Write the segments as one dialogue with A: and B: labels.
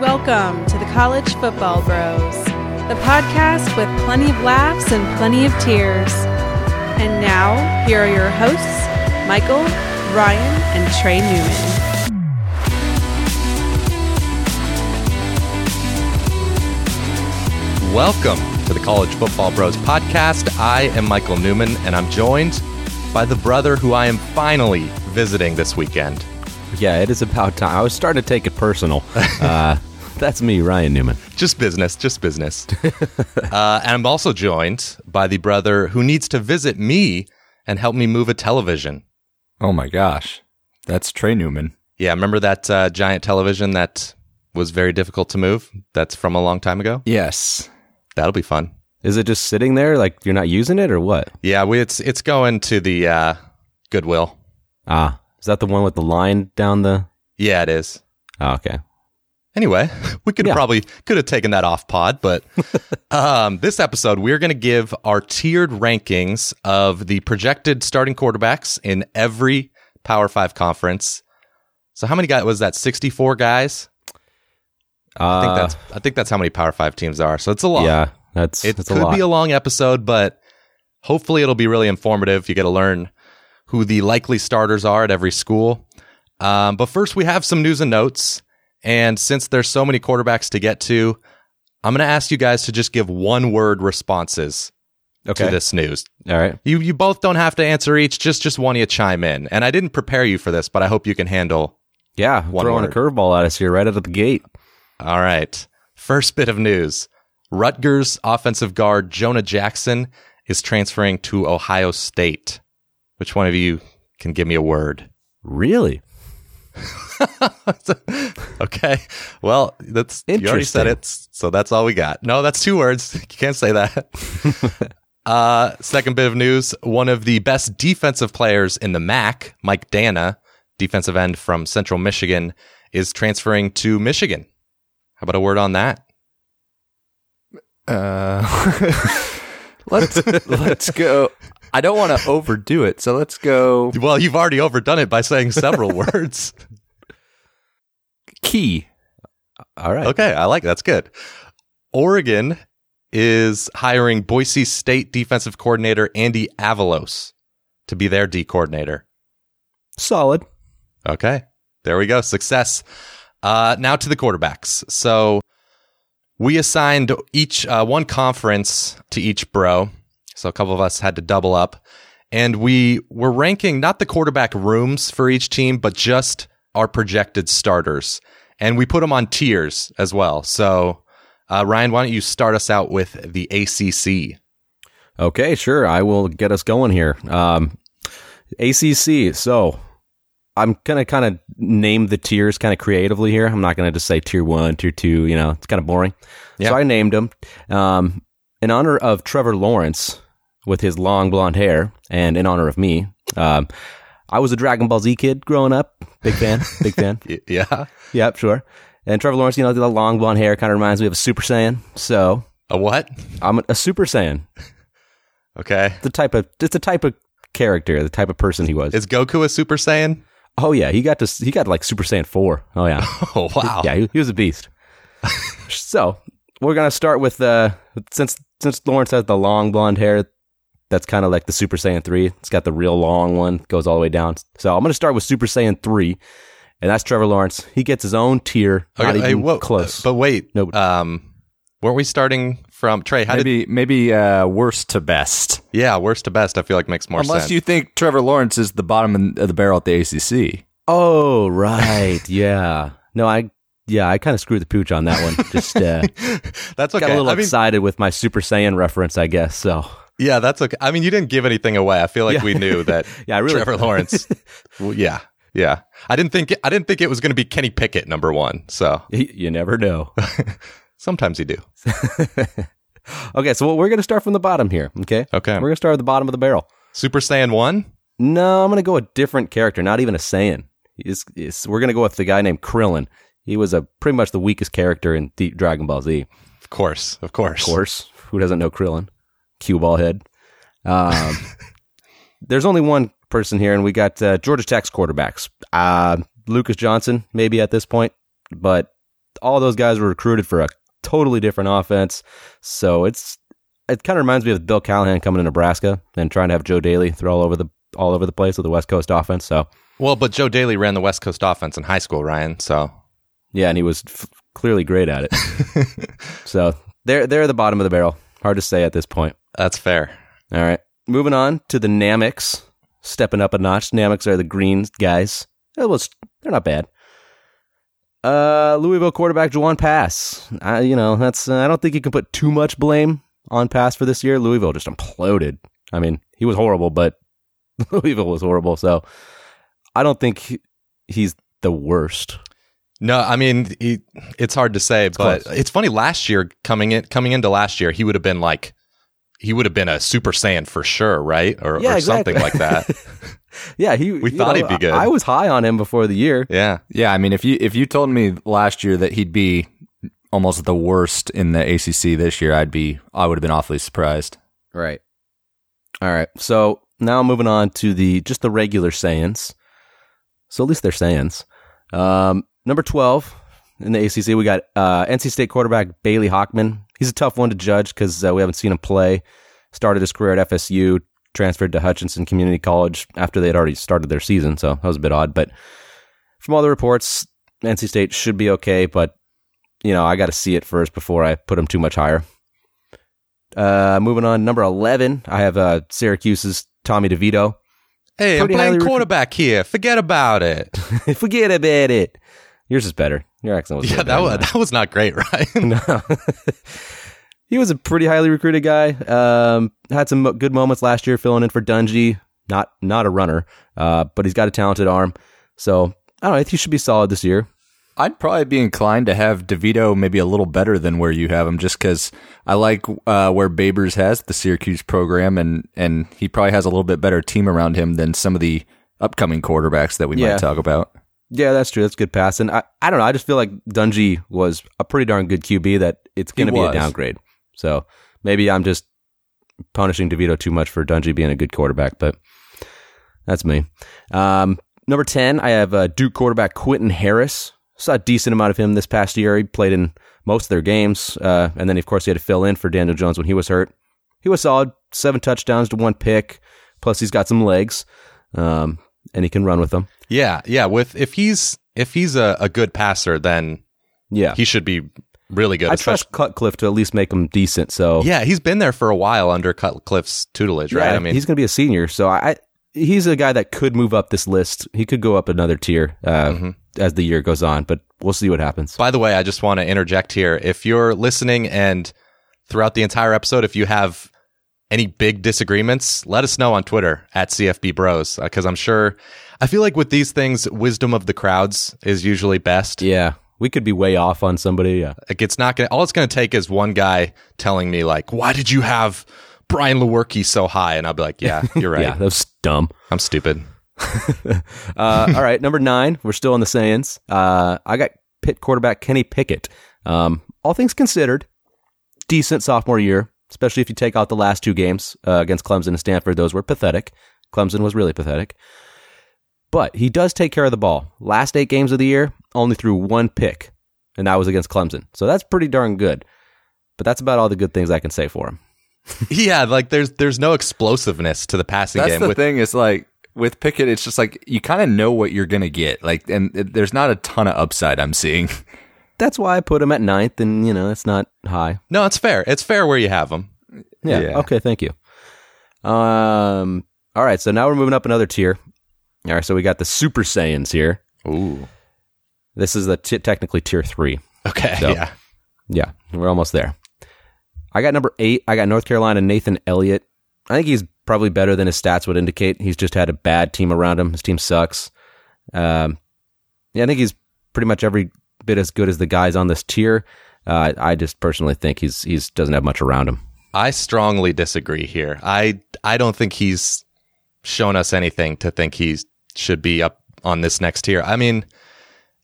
A: Welcome to the College Football Bros, the podcast with plenty of laughs and plenty of tears. And now, here are your hosts, Michael, Ryan, and Trey Newman.
B: Welcome to the College Football Bros podcast. I am Michael Newman, and I'm joined by the brother who I am finally visiting this weekend.
C: Yeah, it is about time. I was starting to take it personal. Uh, that's me, Ryan Newman.
B: Just business, just business. uh, and I'm also joined by the brother who needs to visit me and help me move a television.
D: Oh my gosh. That's Trey Newman.
B: Yeah, remember that uh, giant television that was very difficult to move? That's from a long time ago.
D: Yes.
B: That'll be fun.
C: Is it just sitting there like you're not using it or what?
B: Yeah, we, it's it's going to the uh, Goodwill.
C: Ah, is that the one with the line down the?
B: Yeah, it is.
C: Oh, okay.
B: Anyway, we could
C: Yeah.
B: probably could have taken that off pod, but um, this episode we're going to give our tiered rankings of the projected starting quarterbacks in every Power Five conference. So how many guys was that? Sixty four guys.
C: Uh,
B: I think that's I think that's how many Power Five teams there are. So it's a lot.
C: yeah. That's
B: it
C: that's
B: could
C: a lot.
B: be a long episode, but hopefully it'll be really informative. You get to learn who the likely starters are at every school. Um, but first, we have some news and notes. And since there's so many quarterbacks to get to, I'm going to ask you guys to just give one word responses
C: okay.
B: to this news.
C: All right.
B: You you both don't have to answer each. Just just one of you chime in. And I didn't prepare you for this, but I hope you can handle.
C: Yeah,
B: One
C: throwing
B: word.
C: a curveball at us here right out of the gate.
B: All right. First bit of news: Rutgers offensive guard Jonah Jackson is transferring to Ohio State. Which one of you can give me a word?
C: Really?
B: okay. Well, that's you already said it, so that's all we got. No, that's two words. You can't say that. uh, second bit of news: one of the best defensive players in the MAC, Mike Dana, defensive end from Central Michigan, is transferring to Michigan. How about a word on that?
D: Uh, let's let's go. I don't want to overdo it, so let's go
B: Well, you've already overdone it by saying several words.
D: key.
C: All right.
B: Okay, I like that's good. Oregon is hiring Boise State defensive coordinator Andy Avalos to be their D coordinator.
C: Solid.
B: Okay. There we go. Success. Uh, now to the quarterbacks. So we assigned each uh, one conference to each bro. So a couple of us had to double up. And we were ranking not the quarterback rooms for each team, but just our projected starters. And we put them on tiers as well. So, uh, Ryan, why don't you start us out with the ACC?
C: Okay, sure. I will get us going here. Um, ACC. So I'm gonna kind of name the tiers kind of creatively here. I'm not gonna just say tier one, tier two. You know, it's kind of boring.
B: Yeah.
C: So I named them um, in honor of Trevor Lawrence with his long blonde hair, and in honor of me. Um, I was a Dragon Ball Z kid growing up. Big fan. Big fan.
B: Y- yeah.
C: Yep, sure. And Trevor Lawrence, you know, the long blonde hair kind of reminds me of a Super Saiyan. So
B: A what?
C: I'm a Super Saiyan.
B: Okay.
C: The type of it's the type of character, the type of person he was.
B: Is Goku a Super Saiyan?
C: oh yeah, he got to he got like Super Saiyan four. Oh yeah,
B: Oh, wow.
C: yeah, he, he was a beast. so we're gonna start with uh, since since Lawrence has the long blonde hair, that's kind of like the Super Saiyan three. It's got the real long one, goes all the way down. So I'm gonna start with Super Saiyan three, and that's Trevor Lawrence. He gets his own tier, not
B: Okay,
C: even
B: hey, whoa,
C: close.
B: uh, But wait,
C: No.
B: um, weren't we starting from Trey? How did?
D: Maybe maybe uh, worst to best.
B: Yeah, worst to best. I feel like makes more
D: Unless
B: sense.
D: you think Trevor Lawrence is the bottom of the barrel at the ACC.
C: Oh right, yeah. No, I yeah, I kind of screwed the pooch on that one. Just uh,
B: that's okay.
C: got a little
B: I mean,
C: excited with my Super Saiyan reference, I guess. So
B: yeah, that's okay. I mean, you didn't give anything away. I feel like
C: Yeah.
B: we knew that.
C: yeah, I really
B: Trevor Lawrence. well, yeah, yeah. I didn't think. It, I didn't think it was going to be Kenny Pickett number one. So
C: you never know.
B: sometimes you do.
C: okay, so we're gonna start from the bottom here. Okay,
B: Okay.
C: we're gonna start at the bottom of the barrel.
B: Super Saiyan one.
C: No, I'm gonna go a different character, not even a Saiyan. It's, it's, we're gonna go with the guy named Krillin. He was a pretty much the weakest character in Deep Dragon Ball Z.
B: Of course, of course.
C: Of course. Who doesn't know Krillin? Cue ball head. Um, there's only one person here, and we got uh, Georgia Tech's quarterbacks. Uh, Lucas Johnson, maybe at this point, but all those guys were recruited for a totally different offense. So it's it kind of reminds me of Bill Callahan coming to Nebraska and trying to have Joe Daly throw all over the all over the place with the West Coast offense. So
B: Well, but Joe Daly ran the West Coast offense in high school, Ryan. So
C: yeah, and he was f- clearly great at it. so they're they're at the bottom of the barrel. Hard to say at this point.
B: that's fair.
C: All right. Moving on to the Namics. Stepping up a notch. Namics are the green guys. It was, they're not bad. Uh, Louisville quarterback Juwan Pass. I, you know, that's uh, I don't think you can put too much blame on Pass for this year. Louisville just imploded. I mean, he was horrible, but Louisville was horrible. So I don't think he- he's the worst.
B: No, I mean he, it's hard to say, but
C: close.
B: it's funny. Last year, coming in, coming into last year, he would have been like, he would have been a Super Saiyan for sure, right? Or,
C: Yeah,
B: or
C: exactly.
B: something like that.
C: Yeah, he.
B: We
C: you
B: thought
C: know,
B: he'd be good.
C: I, I was high on him before the year.
B: yeah,
D: Yeah, I mean, if you if you told me last year that he'd be almost the worst in the ACC this year, I'd be I would have been awfully surprised.
C: Right. All right. So now moving on to the just the regular Saiyans. So at least they're Saiyans. Um, number twelve in the ACC, we got uh, NC State quarterback Bailey Hawkman. He's a tough one to judge because uh, we haven't seen him play. Started his career at FSU, transferred to Hutchinson Community College after they had already started their season, so that was a bit odd. But from all the reports, NC State should be okay, but you know I got to see it first before I put him too much higher. Uh, moving on, number eleven, I have uh, Syracuse's Tommy DeVito.
B: hey,
C: Pretty
B: I'm
C: highly
B: playing
C: recruited.
B: quarterback here. Forget about it.
C: Forget about it. Yours is better. Your accent was
B: yeah,
C: way
B: that
C: better
B: was that was not great, Ryan.
C: than mine. No. he was a pretty highly recruited guy. Um, had some mo- good moments last year filling in for Dungy. Not not a runner, uh, but he's got a talented arm. So I don't know. He should be solid this year.
D: I'd probably be inclined to have DeVito maybe a little better than where you have him, just because I like uh, where Babers has the Syracuse program, and and he probably has a little bit better team around him than some of the upcoming quarterbacks that we
C: Yeah.
D: might talk about.
C: Yeah, that's true. That's a good pass. And I, I don't know. I just feel like Dungy was a pretty darn good QB. That it's going to be a
D: was.
C: downgrade. So maybe I'm just punishing DeVito too much for Dungy being a good quarterback, but that's me. Um, number ten, I have uh, Duke quarterback Quentin Harris. Saw a decent amount of him this past year. He played in most of their games, uh, and then of course he had to fill in for Daniel Jones when he was hurt. He was solid, seven touchdowns to one pick. Plus, he's got some legs, um, and he can run with them.
B: yeah, yeah. With if he's if he's a, a good passer, then
C: Yeah,
B: he should be really good.
C: I
B: especially-
C: trust Cutcliffe to at least make him decent. So
B: yeah, he's been there for a while under Cutcliffe's tutelage, right? I mean,
C: he's going to be a senior. So I, he's a guy that could move up this list. He could go up another tier uh,
B: Mhm.
C: as the year goes on, but we'll see what happens.
B: By the way, I just want to interject here. If you're listening and throughout the entire episode, if you have any big disagreements, let us know on Twitter at CFB Bros. Because I'm sure, I feel like with these things, wisdom of the crowds is usually best.
C: yeah, we could be way off on somebody. Yeah,
B: Like it's not gonna. All it's gonna take is one guy telling me like, "Why did you have Brian Lewerke so high?" And I'll be like, "Yeah, you're right.
C: yeah, that was dumb.
B: I'm stupid."
C: Uh, all right, number nine. We're still on the Saiyans. Uh, I got Pitt quarterback Kenny Pickett. Um, all things considered, decent sophomore year, especially if you take out the last two games uh, against Clemson and Stanford. Those were pathetic. Clemson was really pathetic. But he does take care of the ball. Last eight games of the year, only threw one pick, and that was against Clemson. So that's pretty darn good. But that's about all the good things I can say for him.
B: yeah, like there's there's no explosiveness to the passing
D: That's
B: game.
D: the
B: with,
D: thing is like with Pickett, it's just like you kind of know what you're gonna get, like, and it- there's not a ton of upside I'm seeing.
C: That's why I put him at ninth, and you know it's not high.
B: no, it's fair. It's fair where you have them.
C: Yeah.
D: Yeah.
C: Okay. Thank you. Um. All right. So now we're moving up another tier. All right. So we got the Super Saiyans here.
B: Ooh.
C: This is the t- technically tier three.
B: Okay.
C: So-
B: Yeah.
C: Yeah, we're almost there. I got number eight. I got North Carolina Nathan Elliott. I think he's probably better than his stats would indicate. He's just had a bad team around him. His team sucks. Um, yeah, I think he's pretty much every bit as good as the guys on this tier. Uh, I just personally think he's he's doesn't have much around him.
B: I strongly disagree here. I I don't think he's shown us anything to think he should be up on this next tier. I mean,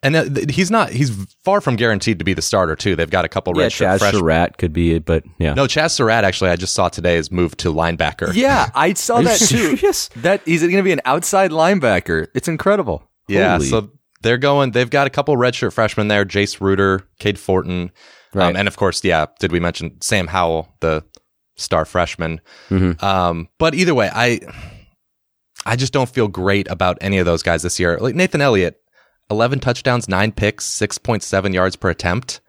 B: and uh, th- he's not. He's far from guaranteed to be the starter too. They've got a couple
C: Yeah,
B: redshirt
C: Chaz
B: fresh.
C: Surratt could be, it, but yeah.
B: No, Chaz Surratt actually, I just saw today is moved to linebacker.
D: Yeah, I saw
C: Are you serious?
D: That he's going to be an outside linebacker. It's incredible.
B: yeah.
C: holy.
B: So they're going. They've got a couple redshirt freshmen there: Jace Reuter, Cade Fortin,
C: Right.
B: um, and of course, yeah. Did we mention Sam Howell, the star freshman?
C: Mhm.
B: Um, but either way, I I just don't feel great about any of those guys this year. Like Nathan Elliott, eleven touchdowns, nine picks, six point seven yards per attempt.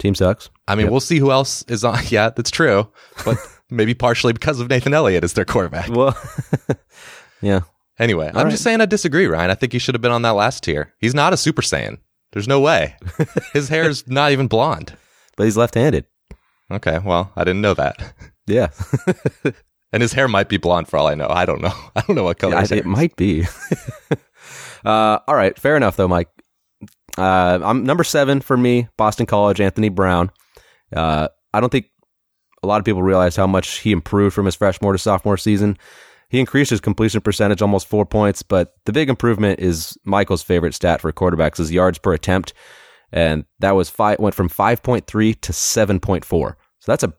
C: Team sucks.
B: I mean, we'll see who else is on. Yeah, that's true, but maybe partially because of Nathan Elliott as their quarterback.
C: Well, yeah.
B: Anyway, I'm just saying I disagree, Ryan. I think he should have been on that last tier. He's not a Super Saiyan. There's no way. His hair's not even blonde.
C: But he's left-handed.
B: Okay, well, I didn't know that.
C: Yeah.
B: And his hair might be blonde for all I know. I don't know. Oh, I don't know what color
C: I-
B: his hair
C: it might be. uh, all right, fair enough though, Mike. Uh, I'm number seven for me. Boston College, Anthony Brown. Uh, I don't think a lot of people realize how much he improved from his sophomore to sophomore season. He increased his completion percentage almost four points, but the big improvement is Michael's favorite stat for quarterbacks is yards per attempt, and that was five went from five point three to seven point four. So that's a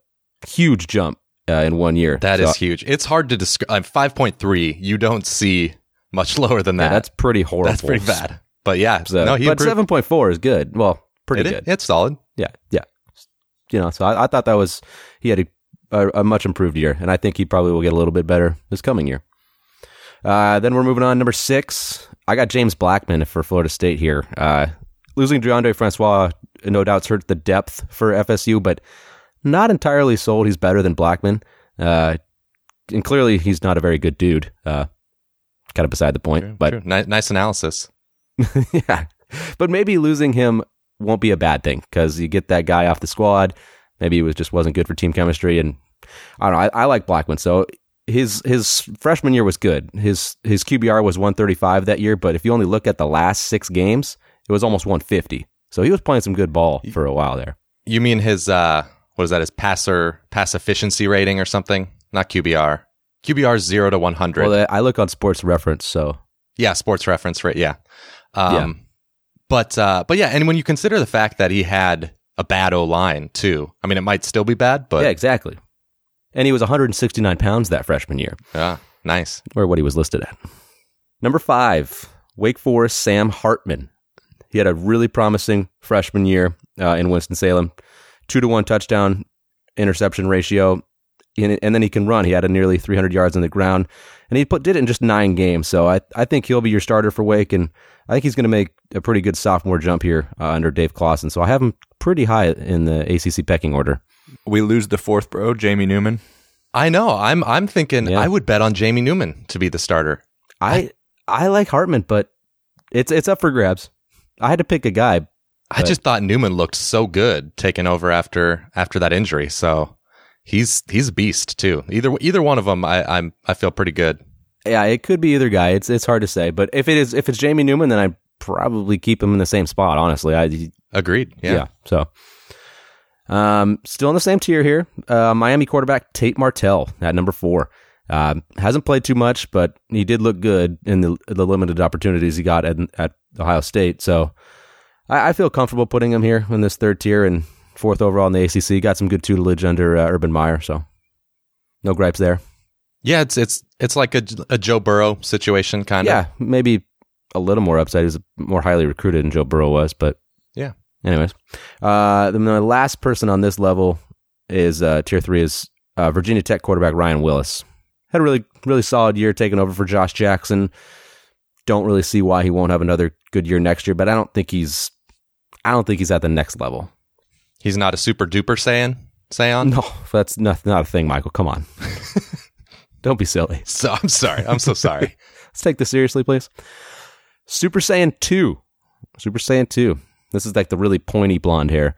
C: huge jump uh, in one year.
B: That
C: So
B: is huge. It's hard to describe. I'm 5.3. You don't see much lower than that.
C: yeah, that's pretty horrible.
B: That's pretty bad. But yeah,
C: So,
B: no, he
C: but
B: improved.
C: seven point four is good. Well, pretty
B: It-
C: good.
B: It's solid.
C: yeah, yeah. You know, so I, I thought that was he had a, a, a much improved year, and I think he probably will get a little bit better this coming year. Uh, then we're moving on number six. I got James Blackman for Florida State here. Uh, losing DeAndre Francois no doubt's hurt the depth for FSU, but not entirely sold. He's better than Blackman, uh, and clearly he's not a very good dude. Uh, kind of beside the point, but
B: True. Ni- nice analysis.
C: yeah. But maybe losing him won't be a bad thing because you get that guy off the squad. Maybe it was just wasn't good for team chemistry, and I don't know. I, I like Blackman, so his his freshman year was good. His his QBR was 135 that year, but if you only look at the last six games, it was almost 150. So he was playing some good ball for a while there.
B: You mean his, uh, what is that, his passer, pass efficiency rating or something? Not QBR. QBR 0 to 100.
C: Well, I look on Sports Reference, so
B: Yeah, sports reference, right? Yeah. Um, But uh, but yeah, and when you consider the fact that he had a bad O line too, I mean, it might still be bad, but
C: yeah, exactly. And he was 169 pounds that freshman year.
B: yeah, nice.
C: or what he was listed at. Number five, Wake Forest Sam Hartman. He had a really promising freshman year uh, in Winston Salem, two to one touchdown interception ratio, and, and then he can run. He had a nearly 300 yards on the ground, and he put, did it in just nine games. So I I think he'll be your starter for Wake, and I think he's going to make a pretty good sophomore jump here uh, under Dave Clawson. So I have him pretty high in the ACC pecking order.
D: We lose the fourth bro, Jamie Newman.
B: I know. I'm I'm thinking
C: Yeah.
B: I would bet on Jamie Newman to be the starter.
C: I I like Hartman, but it's it's up for grabs. I had to pick a guy,
B: I just thought Newman looked so good taking over after after that injury. So he's he's a beast too. Either either one of them, I, I'm I feel pretty good.
C: Yeah, it could be either guy. It's it's hard to say, but if it is if it's Jamie Newman, then I'd probably keep him in the same spot. Honestly, I yeah.
B: Agreed. Yeah.
C: so, um, still in the same tier here. Uh, Miami quarterback Tate Martell at number four. Um, hasn't played too much, but he did look good in the the limited opportunities he got at at Ohio State. So, I, I feel comfortable putting him here in this third tier and fourth overall in the ACC. Got some good tutelage under uh, Urban Meyer, so no gripes there.
B: Yeah, it's it's it's like a, a Joe Burrow situation kind of.
C: yeah, maybe a little more upside. He was more highly recruited than Joe Burrow was, but
B: Yeah.
C: Anyways, uh, then the last person on this level is uh, tier three is uh, Virginia Tech quarterback Ryan Willis. Had a really really solid year taking over for Josh Jackson. Don't really see why he won't have another good year next year, but I don't think he's I don't think he's at the next level.
B: He's not a super duper Saiyan. Saiyan.
C: No, that's not not a thing, Michael. Come on. Don't be silly.
B: So I'm sorry. I'm so sorry.
C: Let's take this seriously, please. Super Saiyan 2. Super Saiyan 2. This is like the really pointy blonde hair.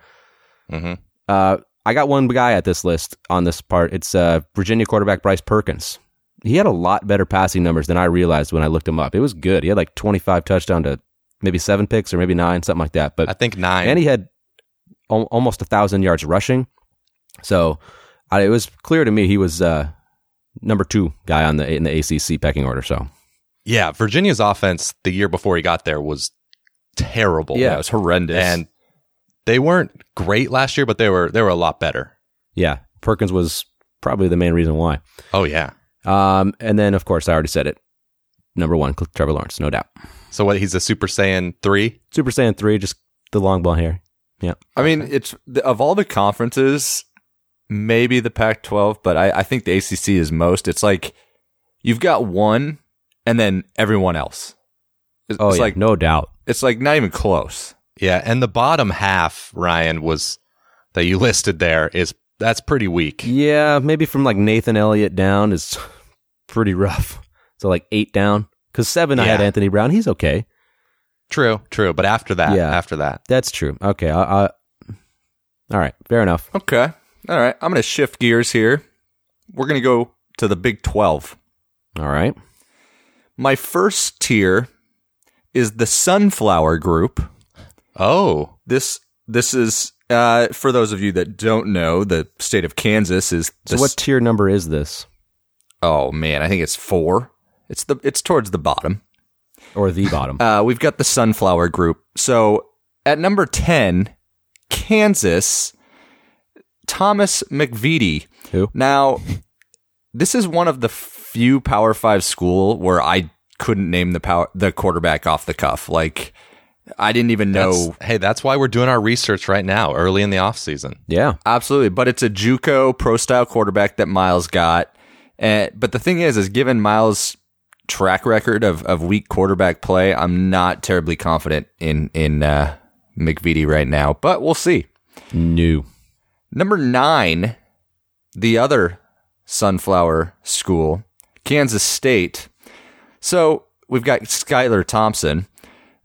B: hmm
C: Uh, I got one guy at this list on this part. It's uh, Virginia quarterback Bryce Perkins. He had a lot better passing numbers than I realized when I looked him up. It was good. He had like 25 touchdown to maybe seven picks or maybe nine, something like that. But
B: I think nine.
C: and he had al- almost a thousand yards rushing. So I, it was clear to me he was uh, number two guy on the in the ACC pecking order. So
B: yeah, Virginia's offense the year before he got there was terrible.
C: Yeah.
D: it was horrendous.
B: and they weren't great last year, but they were they were a lot better.
C: Yeah, Perkins was probably the main reason why.
B: Oh yeah,
C: Um, and then, of course, I already said it. number one, Cl- Trevor Lawrence, no doubt.
B: So what? He's a Super Saiyan three.
C: Super Saiyan three, just the long blonde hair.
D: I mean, it's the, of all the conferences, maybe the Pac-12, but I, I think the ACC is most. It's like you've got one, and then everyone else. It's,
C: Oh
D: it's
C: yeah,
D: like
C: no doubt.
D: it's like not even close.
B: Yeah, and the bottom half, Ryan, was that you listed there is that's pretty weak.
C: Yeah, maybe from like Nathan Elliott down is pretty rough. So like eight down, because seven I had
B: Yeah.
C: Anthony Brown. He's okay.
B: True, true. But after that,
C: Yeah.
B: after that,
C: That's true. Okay. I, I, all right. Fair enough.
D: Okay, all right. I'm gonna shift gears here. We're gonna go to the Big 12.
C: All right.
D: My first tier is the Sunflower Group.
B: oh,
D: This this is uh, for those of you that don't know, the state of Kansas is
C: So
D: the
C: what tier number is this,
D: Oh man, I think it's four. It's the it's towards the bottom.
C: or the bottom?
D: Uh, we've got the Sunflower Group. So at number ten, Kansas, Thomas McVitie.
C: Who?
D: Now, this is one of the few Power Five school where I couldn't name the power the quarterback off the cuff. Like I didn't even know.
B: that's- Hey, that's why we're doing our research right now, early in the off season.
C: Yeah.
D: Absolutely, but it's a JUCO pro style quarterback that Miles got. And, but the thing is, is given Miles' track record of, of weak quarterback play, I'm not terribly confident in in uh, McVitie right now. But we'll see.
C: New.
D: Number nine, the other Sunflower School, Kansas State. So we've got Skylar Thompson.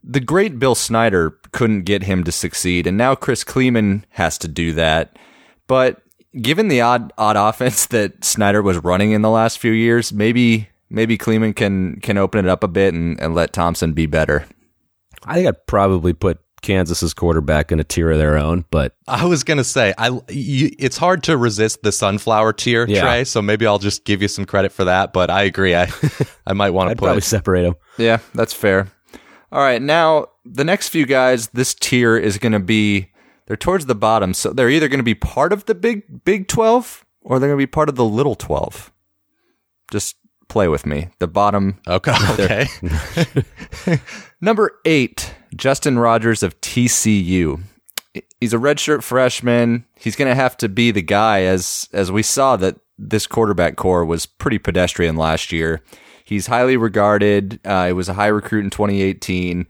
D: The great Bill Snyder couldn't get him to succeed, and now Chris Kleeman has to do that. But given the odd odd offense that Snyder was running in the last few years, maybe maybe Kleeman can can open it up a bit and, and let Thompson be better.
C: I think I'd probably put Kansas's quarterback in a tier of their own, but
B: I was gonna say, I you, it's hard to resist the sunflower tier,
C: Yeah.
B: Trey. So maybe I'll just give you some credit for that. But I agree, I I might want to
C: I'd
B: put
C: probably separate them.
D: Yeah, that's fair. All right, now the next few guys, this tier is going to be they're towards the bottom, so they're either going to be part of the big Big Twelve or they're going to be part of the Little Twelve. Just play with me. The bottom
B: okay, okay,
D: number eight, Justin Rogers of TCU. He's a redshirt freshman. He's going to have to be the guy, as as we saw that this quarterback core was pretty pedestrian last year. He's highly regarded. Uh, he was a high recruit in 2018.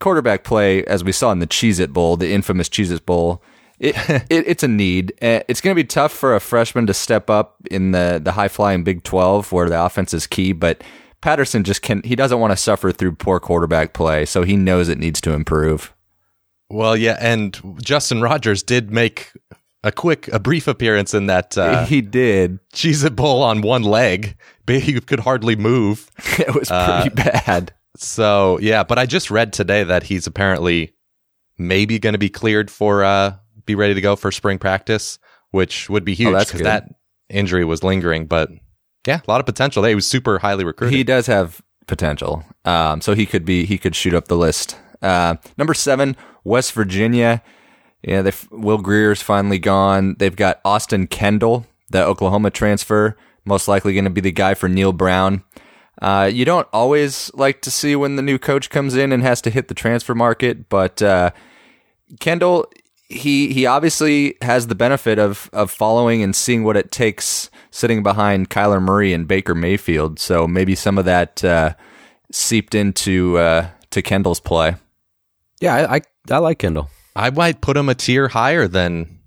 D: quarterback play, as we saw in the Cheez It Bowl, the infamous Cheez It Bowl, it, it, it's a need. Uh, It's going to be tough for a freshman to step up in the, the high flying Big 12 where the offense is key, but Patterson just can, he doesn't want to suffer through poor quarterback play, so he knows it needs to improve.
B: well, yeah. And Justin Rogers did make a quick, a brief appearance in that uh,
D: he did.
B: Cheez It Bowl on one leg. But He could hardly move.
D: It was pretty bad.
B: So yeah, but I just read today that he's apparently maybe going to be cleared for uh be ready to go for spring practice, which would be huge
D: Oh, that's
B: because
D: good.
B: that injury was lingering. But yeah, a lot of potential. They was super highly recruited.
D: He does have potential. Um, so he could be he could shoot up the list. Uh, number seven, West Virginia. Yeah, they Will Greer's finally gone. They've got Austin Kendall, the Oklahoma transfer, most likely going to be the guy for Neil Brown. Uh, you don't always like to see when the new coach comes in and has to hit the transfer market, but uh, Kendall, he he obviously has the benefit of of following and seeing what it takes sitting behind Kyler Murray and Baker Mayfield. So maybe some of that uh, seeped into uh, to Kendall's play.
C: Yeah, I, I, I like Kendall.
B: I might put him a tier higher than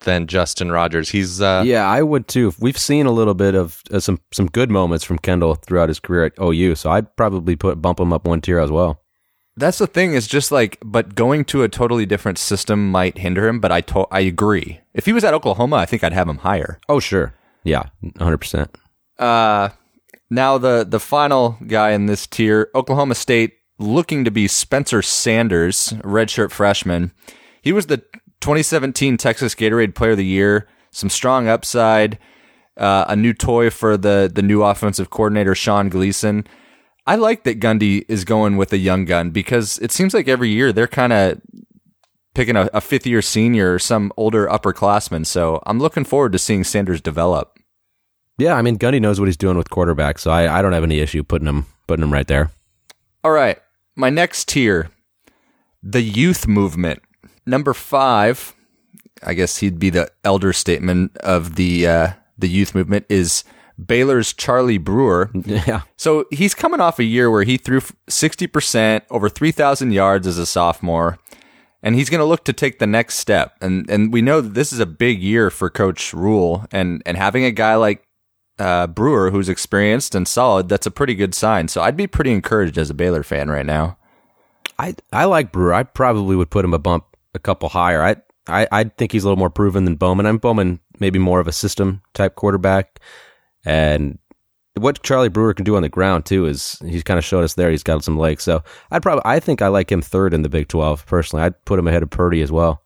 B: than Justin Rogers. He's uh,
C: yeah, I would too. We've seen a little bit of uh, some some good moments from Kendall throughout his career at OU, so I'd probably put bump him up one tier as well.
D: That's the thing is just like, but going to a totally different system might hinder him. But I to- I agree. If he was at Oklahoma, I think I'd have him higher.
C: Oh sure, yeah, hundred percent.
D: Uh, now the the final guy in this tier, Oklahoma State, looking to be Spencer Sanders, redshirt freshman. He was the 2017 Texas Gatorade Player of the Year. Some strong upside, uh, a new toy for the the new offensive coordinator Sean Gleason. I like that Gundy is going with a young gun because it seems like every year they're kind of picking a, a fifth year senior or some older upperclassman. So I'm looking forward to seeing Sanders develop.
C: Yeah, I mean Gundy knows what he's doing with quarterback, so I, I don't have any issue putting him putting him right there.
D: All right. My next tier, the youth movement. Number five, I guess he'd be the elder statesman of the uh, the youth movement is Baylor's Charlie Brewer.
C: Yeah.
D: So he's coming off a year where he threw sixty percent over three thousand yards as a sophomore, and he's going to look to take the next step. and And we know that this is a big year for Coach Rule, and and having a guy like uh, Brewer who's experienced and solid, that's a pretty good sign. So I'd be pretty encouraged as a Baylor fan right now.
C: I I like Brewer. I probably would put him a bump a couple higher. I I I think he's a little more proven than Bowman. I'm Bowman maybe more of a system type quarterback, and what Charlie Brewer can do on the ground too is he's kind of showed us there. He's got some legs. So I'd probably I think I like him third in the Big Twelve personally. I'd put him ahead of Purdy as well.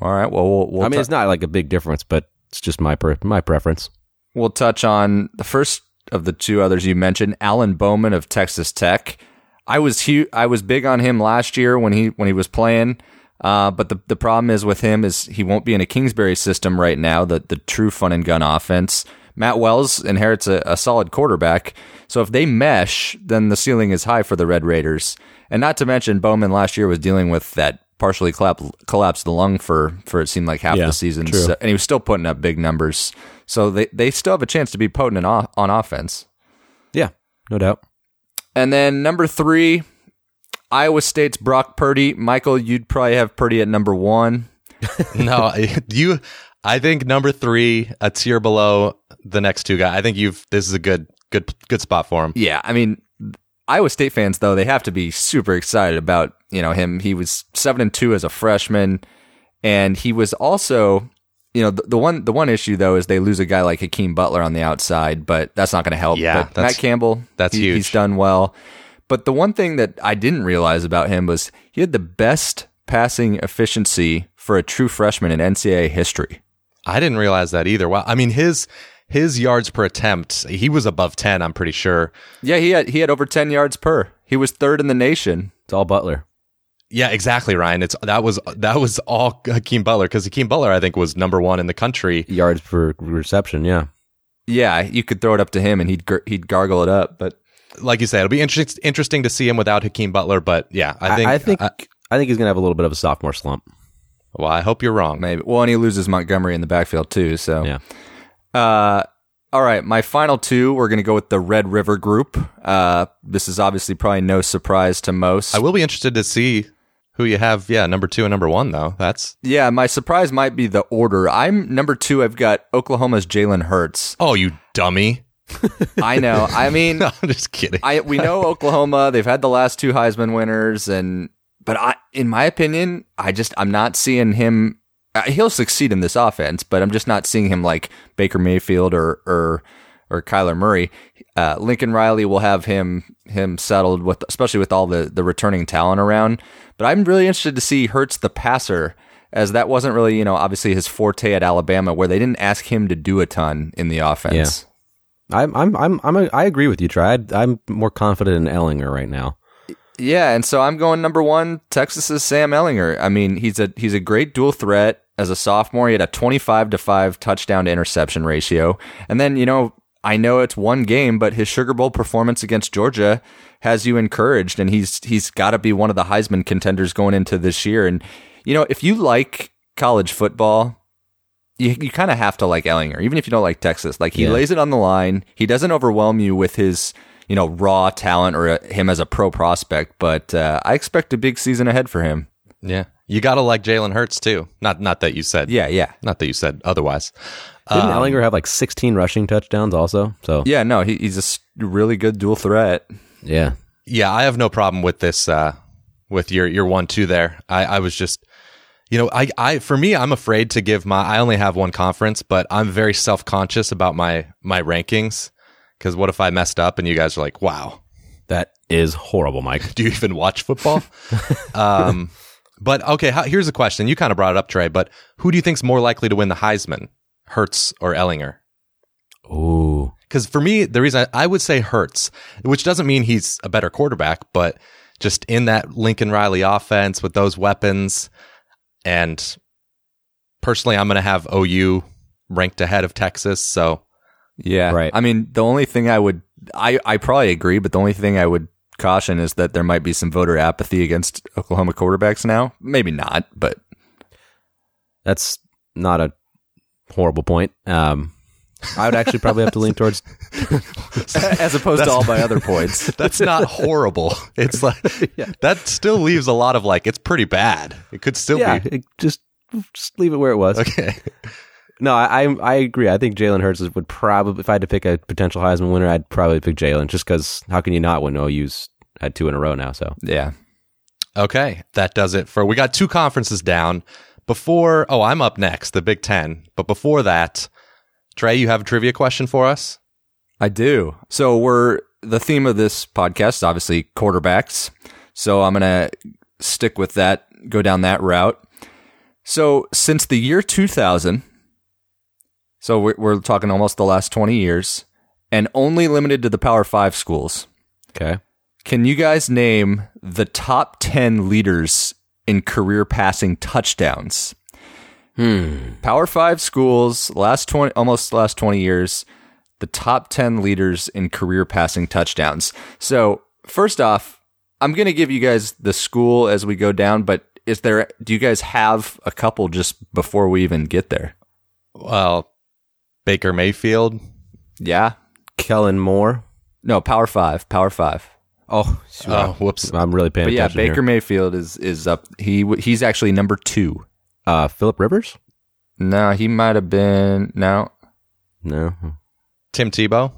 D: All right, well we'll, we'll
C: I mean,
D: ta-
C: it's not like a big difference, but it's just my per- my preference.
D: we'll touch on the first of the two others you mentioned, Alan Bowman of Texas Tech. I was hu- I was big on him last year when he when he was playing, uh, but the the problem is with him is he won't be in a Kingsbury system right now. The the true fun and gun offense. Matt Wells inherits a, a solid quarterback, so if they mesh, then the ceiling is high for the Red Raiders. And not to mention Bowman last year was dealing with that partially clap, collapsed lung for for it seemed like half
C: Yeah,
D: the season,
C: true.
D: So- and he was still putting up big numbers. So they, they still have a chance to be potent in o- on offense.
C: Yeah, no doubt.
D: And then number three, Iowa State's Brock Purdy. Michael, you'd probably have Purdy at number one.
B: no, I- you. I think number three, a tier below the next two guys. I think you've. This is a good, good, good spot for him.
D: Yeah, I mean, Iowa State fans though they have to be super excited about you know him. He was seven and two as a freshman, and he was also you know the, the one the one issue though is they lose a guy like Hakeem Butler on the outside, but that's not going to help.
B: Yeah,
D: but
B: that's-
D: Matt Campbell,
B: that's
D: he-
B: huge.
D: He's done well, but the one thing that I didn't realize about him was he had the best passing efficiency for a true freshman in NCAA history.
B: I didn't realize that either. Wow. I mean, his his yards per attempt, he was above ten. I'm pretty sure.
D: Yeah, he had he had over ten yards per. He was third in the nation.
C: It's all Butler.
B: Yeah, exactly, Ryan. It's that was that was all Hakeem Butler because Hakeem Butler, I think, was number one in the country.
C: Yards per reception. Yeah.
D: yeah, you could throw it up to him and he'd gar- he'd gargle it up. But
B: Like you said, it'll be interesting interesting to see him without Hakeem Butler. But yeah, I think.
C: I, think I think he's gonna have a little bit of a sophomore slump.
B: well, I hope you're wrong.
D: maybe well, and he loses Montgomery in the backfield too. So
C: Yeah.
D: Uh, all right, my final two. We're gonna go with the Red River Group. Uh, this is obviously probably no surprise to most.
B: I will be interested to see who you have. Yeah, number two and number one though. That's
D: yeah, my surprise might be the order. I'm number two. I've got Oklahoma's Jalen Hurts.
B: oh, you dummy.
D: I know. I mean,
B: No, I'm just kidding.
D: I we know Oklahoma. They've had the last two Heisman winners, and but I, in my opinion, I just I'm not seeing him. Uh, he'll succeed in this offense, but I'm just not seeing him like Baker Mayfield or or or Kyler Murray. Uh, Lincoln Riley will have him him settled with, especially with all the the returning talent around. But I'm really interested to see Hurts the passer. As that wasn't really, you know, obviously his forte at Alabama, where they didn't ask him to do a ton in the offense.
C: I'm I'm I'm I'm a, I agree with you, Try. I'd- I'm more confident in Ellinger right now.
D: Yeah, and so I'm going number one. Texas's Sam Ellinger. I mean, he's a he's a great dual threat as a sophomore. He had a 25 to five touchdown to interception ratio, and then you know I know it's one game, but his Sugar Bowl performance against Georgia has you encouraged, and he's he's got to be one of the Heisman contenders going into this year. And you know, if you like college football, you, you kind of have to like Ellinger, even if you don't like Texas. Like he
C: Yeah.
D: lays it on the line. He doesn't overwhelm you with his you know raw talent or uh, him as a pro prospect. But uh, I expect a big season ahead for him.
B: yeah, you gotta like Jalen Hurts too. Not not that you said.
D: Yeah, yeah,
B: Not that you said otherwise.
C: Didn't
B: Um,
C: Ellinger have like 16 rushing touchdowns also? So
D: yeah. No, he, he's a s- really good dual threat.
C: yeah,
B: Yeah, I have no problem with this uh with your your one two there. I I was just you know, I I for me I'm afraid to give my I only have one conference, but I'm very self-conscious about my my rankings cuz what if I messed up and you guys are like, "Wow,
C: that is horrible, Mike.
B: do you even watch football?" um but okay, how, here's a question. You kind of brought it up, Trey, but who do you think's more likely to win the Heisman? Hertz or Ellinger?
C: Ooh,
B: Because for me, the reason I, I would say Hurts, which doesn't mean he's a better quarterback, but just in that Lincoln Riley offense with those weapons, and personally, I'm going to have OU ranked ahead of Texas. So
D: Yeah,
C: Right.
D: I mean, the only thing I would I, I probably agree, but the only thing I would caution is that there might be some voter apathy against Oklahoma quarterbacks now. Maybe not, but
C: That's not a horrible point. Um, I would actually probably have to lean towards
D: as opposed to all my other points.
B: That's not horrible. It's like that still leaves a lot of like it's pretty bad. It could still
C: yeah.
B: be
C: it- just just leave it where it was.
B: okay.
C: No, I, I I agree. I think Jalen Hurts would probably, if I had to pick a potential Heisman winner, I'd probably pick Jalen just because how can you not when OU's had two in a row now? So
D: Yeah.
B: Okay, that does it for. We got two conferences down. Before, oh, I'm up next, the Big Ten. But before that, Trey, you have a trivia question for us?
D: I do. So we're the theme of this podcast is obviously quarterbacks. So I'm going to stick with that, go down that route. So since the year 2000, so we're, we're talking almost the last 20 years, and only limited to the Power Five schools.
C: okay,
D: Can you guys name the top 10 leaders in career passing touchdowns? Hmm. Power 5 schools last 20 almost last 20 years, the top 10 leaders in career passing touchdowns. So, first off, I'm going to give you guys the school as we go down, but is there do you guys have a couple just before we even get there?
B: Well, Baker Mayfield.
D: Yeah.
C: Kellen Moore.
D: No, Power 5, Power 5.
C: Oh,
B: Oh, whoops.
C: I'm really paying
D: But yeah,
C: attention
D: Baker
C: here.
D: Mayfield is is up. He w- he's actually number 2.
C: Uh, Philip Rivers?
D: No, he might have been no,
C: No,
B: Tim Tebow.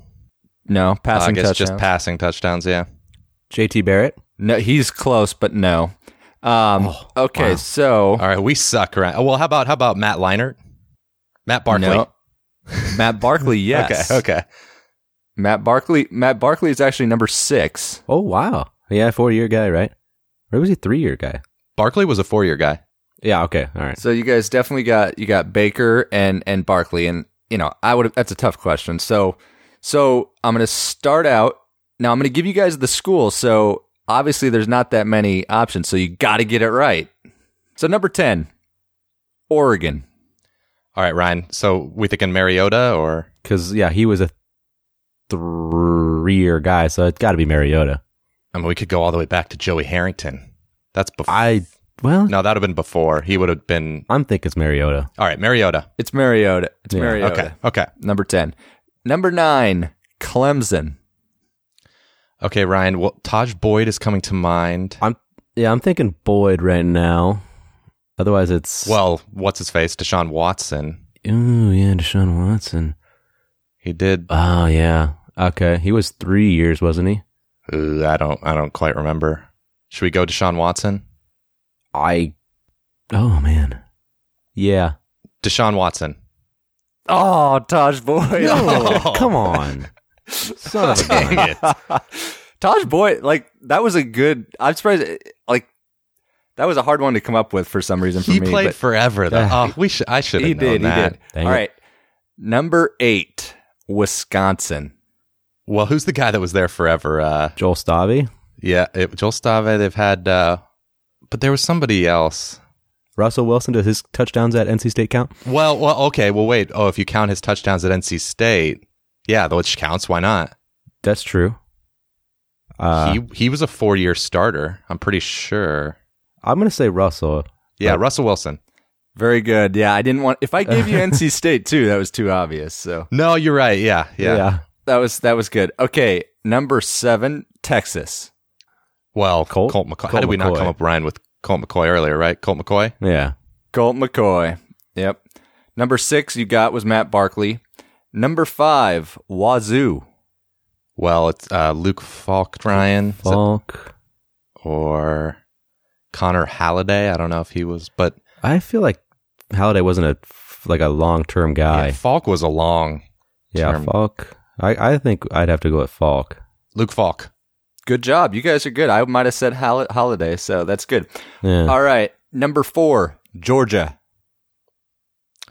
D: no
B: Uh, I
D: passing
B: guess
D: touchdowns.
B: just passing touchdowns, yeah.
C: J.T. Barrett.
D: no, he's close, but no. Um, okay,
C: wow.
D: so
B: Oh, All right, we suck around. Oh, well, how about how about Matt Leinart? Matt Barkley.
D: No. Matt Barkley, yes.
B: Okay, okay.
D: Matt Barkley. Matt Barkley is actually number six.
C: Oh wow, yeah, four year guy, right? Or was he three year guy?
B: Barkley was a four-year guy.
C: Yeah, okay, all right.
D: So you guys definitely got you got Baker and and Barkley, and you know I would that's a tough question. So so I'm gonna start out now. I'm gonna give you guys the school. So obviously there's not that many options, so you got to get it right. So number ten, Oregon.
B: All right, Ryan. So we thinking Mariota or
C: Because yeah, he was a three year guy, so it's got to be Mariota.
B: I mean we could go all the way back to Joey Harrington. That's before.
C: I well,
B: No, that would have been before. He would have been
C: I'm thinking it's Mariota.
B: All right, Mariota.
D: It's Mariota. It's
C: Yeah.
D: Mariota.
B: Okay. Okay.
D: Number 10. Number 9, Clemson.
B: Okay, Ryan. Well, Taj Boyd is coming to mind.
C: I'm yeah, I'm thinking Boyd right now. Otherwise, it's
B: Well, what's his face? Deshaun Watson.
C: Ooh, yeah, Deshaun Watson.
B: He did.
C: Oh yeah, okay. He was three years, wasn't he?
B: uh, I don't. I don't quite remember. Should we go Deshaun Watson?
C: I. Oh man. Yeah.
B: Deshaun Watson.
D: Oh, Taj Boyd.
B: No.
C: Come on. Son of a gun.
B: Dang it.
D: Taj Boyd, like, that was a good. I'm surprised, like, that was a hard one to come up with for some reason for
B: He
D: me.
B: played
D: but
B: forever though.
C: Yeah.
B: Oh, we should. I should have
D: he
B: known
D: did. He
B: that.
D: did.
C: Dang
D: All
C: it.
D: right. Number 8, Wisconsin.
B: Well, who's the guy that was there forever? Uh,
C: Joel Stavi,
B: yeah, it, Joel Stave. They've had, uh, but there was somebody else.
C: Russell Wilson. Does his touchdowns at NC State count?
B: Well, well, okay. Well, wait. Oh, if you count his touchdowns at NC State, yeah, which counts. Why not?
C: That's true. Uh,
B: he he was a four year starter. I'm pretty sure.
C: I'm gonna say Russell.
B: Yeah,
C: Right.
B: Russell Wilson.
D: Very good. Yeah, I didn't want. If I gave you NC State too, that was too obvious. So
B: No, you're right. Yeah, yeah.
D: that was that was good. Okay, number seven, Texas.
B: Well,
C: Colt?
B: Colt, McCoy. How
C: Colt
B: did we not
C: McCoy.
B: come up Ryan with Colt McCoy earlier? Right, Colt McCoy.
C: yeah, yeah.
D: Colt McCoy. Yep. Number six you got was Matt Barkley. Number five, Wazoo.
B: Well, it's uh, Luke Falk Ryan Is it-
C: Falk.
B: or Connor Halliday. I don't know if he was, but
C: I feel like Halliday wasn't a f- like a long term
B: yeah,
C: guy.
B: Falk was a long
C: Yeah,
B: term.
C: Falk. I, I think I'd have to go with Falk.
B: Luke Falk.
D: Good job. You guys are good. I might have said Hol- Holiday, so that's good.
C: Yeah.
D: All right. Number four, Georgia.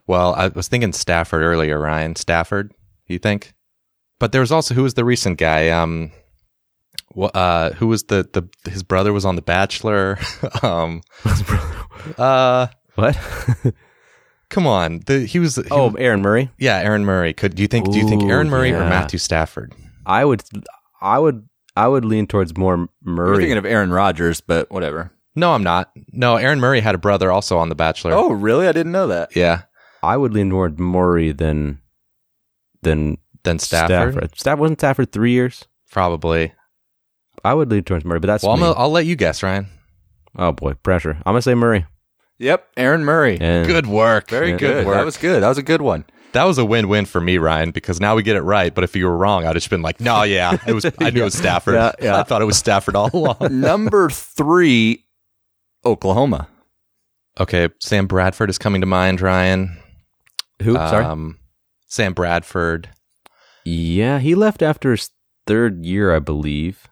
B: Well, I was thinking Stafford earlier, Ryan Stafford. You think? But there was also who was the recent guy? Um, wh- uh, who was the the his brother was on The Bachelor. um, uh,
C: What?
B: come on, the, he was. he
C: oh,
B: was-
C: Aaron Murray.
B: yeah, Aaron Murray. Could do you think? do you think
C: Ooh,
B: Aaron Murray or
C: yeah.
B: Matthew Stafford?
C: I would, I would, I would lean towards more
D: You're
C: Murray.
D: thinking of Aaron Rodgers, but whatever.
B: No, I'm not. No, Aaron Murray had a brother also on The Bachelor.
D: Oh, really? I didn't know that.
B: yeah.
C: I would lean toward Murray than than
B: Then Stafford,
C: Stafford. Stafford wasn't Stafford three years.
B: probably.
C: I would lean towards Murray, but that's
B: well, I'm
C: me.
B: gonna, I'll let you guess, Ryan.
C: oh boy, pressure. I'm gonna say Murray.
D: Yep, Aaron Murray.
C: And
B: Good work.
D: Very
C: Yeah.
D: good.
B: Work.
D: That was good. That was a good one.
B: That was a win-win for me, Ryan, because now we get it right. But if you were wrong, I'd just been like, "No, yeah, it was. I knew it was Stafford.
D: Yeah, yeah.
B: I thought it was Stafford all along."
D: Number three, Oklahoma.
B: okay, Sam Bradford is coming to mind, Ryan.
C: Who? Sorry.
B: Um, Sam Bradford.
C: Yeah, he left after his third year, I believe.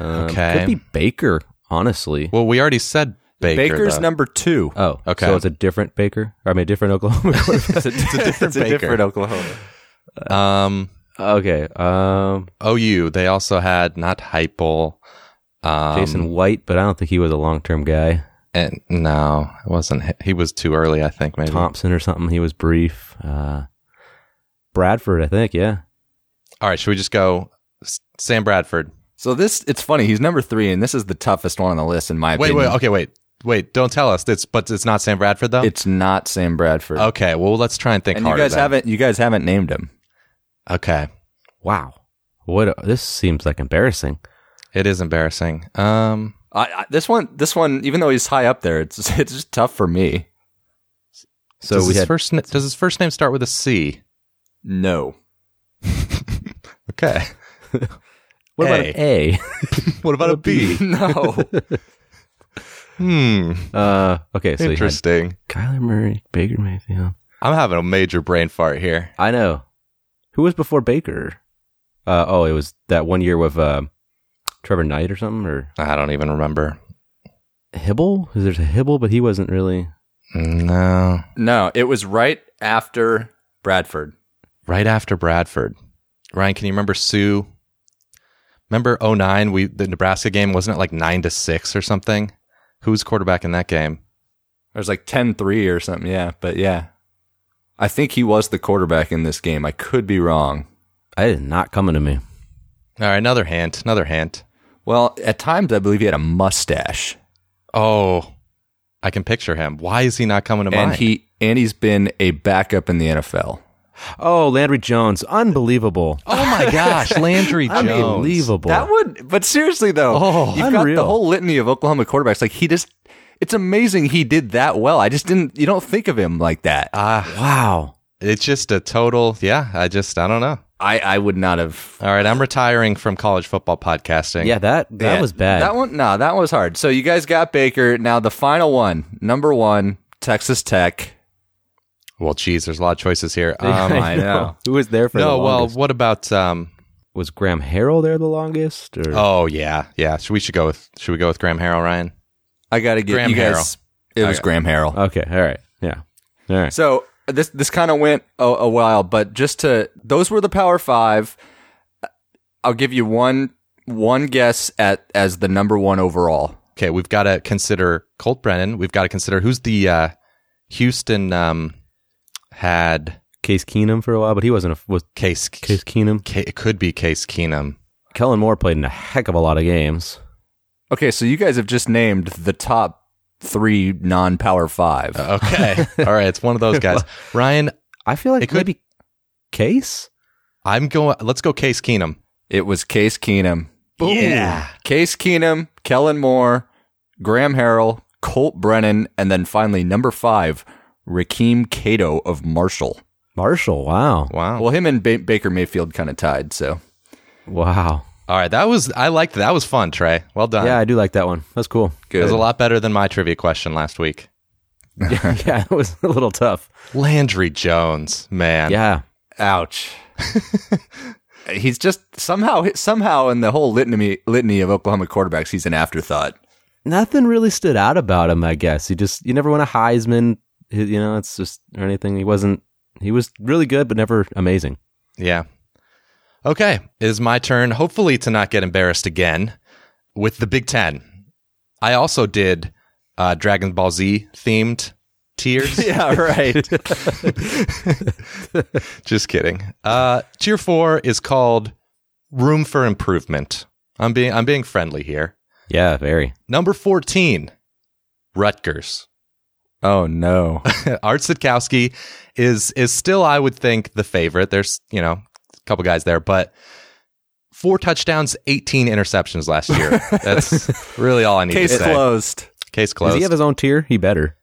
C: Um,
B: Okay.
C: Could be Baker, honestly.
B: Well, we already said Baker.
D: Baker's
B: though.
D: number two.
C: Oh,
B: Okay.
C: So it's a different Baker. Or, I mean, a different Oklahoma. quarterback.
B: it's a different
D: It's a
B: Baker.
D: different Oklahoma.
B: Um,
C: okay. Um,
B: OU. They also had not Hypel. Um,
C: Jason White, but I don't think he was a long term guy.
B: And no, it wasn't. hi- He was too early, I think. Maybe.
C: Thompson or something. He was brief. Uh, Bradford, I think. Yeah.
B: All right. Should we just go S- Sam Bradford?
D: So this, it's funny. He's number three, and this is the toughest one on the list, in my
B: Wait,
D: opinion.
B: wait. Okay, wait, wait. Don't tell us. It's but it's not Sam Bradford though.
D: It's not Sam Bradford.
B: okay. Well, let's try and think
D: and you
B: harder.
D: guys
B: then.
D: haven't you guys haven't named him.
B: Okay,
C: Wow. What? A, this seems like embarrassing.
B: it is embarrassing. Um,
D: I, I, this one, this one, even though he's high up there, it's it's just tough for me.
C: So
B: does
C: we
B: his
C: had
B: first na- does his first name start with a C?
D: No,
B: Okay.
C: what about an A?
B: what about a B?
D: no.
B: hmm.
C: uh, okay. So you had
B: Interesting.
C: Kyler Murray, Baker Mayfield.
B: I'm having a major brain fart here.
C: I know. Who was before Baker? Uh, oh, it was that one year with uh, Trevor Knight or something, or
B: I don't even remember.
C: Hibble. There's a Hibble, but he wasn't really.
B: No.
D: No, it was right after Bradford.
B: Right after Bradford. Ryan, can you remember Sue? Remember 09, we the Nebraska game wasn't it like 9 to 6 or something? Who was quarterback in that game?
D: It was like 10-3 or something. Yeah, but yeah, I think he was the quarterback in this game. I could be wrong.
C: I did not coming to me.
B: All right, another hint, another hint.
D: Well, at times I believe he had a mustache,
B: Oh, I can picture him. Why is he not coming to
D: and
B: mind?
D: he and he's been a backup in the NFL.
C: Oh, Landry Jones, unbelievable,
B: oh my gosh, Landry Jones.
C: unbelievable.
D: That would, but seriously though,
B: Oh,
D: you've got
C: unreal.
D: the whole litany of Oklahoma quarterbacks. Like he just, it's amazing he did that well. I just didn't. You don't think of him like that.
B: Ah,
C: wow.
B: it's just a total. Yeah, I just I don't know.
D: I, I would not have.
B: All right, I'm retiring from college football podcasting.
C: Yeah, that that
D: Yeah,
C: was bad.
D: That one, no, that one was hard. So you guys got Baker. Now the final one, number one, Texas Tech.
B: Well, geez, there's a lot of choices here. Um,
D: I know.
C: Who was there for the
B: no, well,
C: longest?
B: what about? Um,
C: was Graham Harrell there the longest? Or?
B: oh yeah, yeah. Should we should go with should we go with Graham Harrell, Ryan?
D: I got to get
B: Graham
D: you guys. It was Graham Harrell.
C: okay, all right, yeah, all right.
D: So this this kind of went a, a while, but just to those were the Power Five. I'll give you one one guess at as the number one overall.
B: Okay, we've got to consider Colt Brennan. We've got to consider who's the uh, Houston um, had
C: Case Keenum for a while, but he wasn't a was
B: Case.
C: Case Keenum.
B: Ca- it could be Case Keenum.
C: Kellen Moore played in a heck of a lot of games.
D: Okay, so you guys have just named the top three non Power Five.
B: Okay, all right. It's one of those guys, Ryan.
C: I feel like
B: It could-
C: maybe Case.
B: I'm going. Let's go, Case Keenum.
D: it was Case Keenum.
B: Yeah.
D: Case Keenum, Kellen Moore, Graham Harrell, Colt Brennan, and then finally number five, Rakeem Cato of Marshall.
C: Marshall, wow.
B: Wow.
D: Well, him and ba- Baker Mayfield kind of tied. So
C: Wow.
B: All right, that was I liked that. That was fun, Trey. Well done.
C: Yeah, I do like that one. That's cool.
B: it was
D: good.
B: a lot better than my trivia question last week.
C: yeah, it was a little tough.
B: Landry Jones, man.
C: Yeah.
D: Ouch. he's just somehow somehow in the whole litany litany of Oklahoma quarterbacks, he's an afterthought.
C: Nothing really stood out about him, I guess. He just, you never won a Heisman, He- you know, it's just, or anything. He wasn't, he was really good, but never amazing.
B: Yeah. Okay, it is my turn. Hopefully to not get embarrassed again with the Big 10. I also did uh, Dragon Ball Z themed tiers.
D: Yeah, right.
B: Just kidding. Uh, tier 4 is called room for improvement. I'm being I'm being friendly here.
C: Yeah, very.
B: Number 14, Rutgers.
D: Oh no.
B: Art Sitkowski is is still, I would think, the favorite. There's you know a couple guys there, but four touchdowns, 18 interceptions last year. That's really all I need
D: Case
B: to say.
D: closed.
B: Case
C: Does
B: closed.
C: he have his own tier? He better.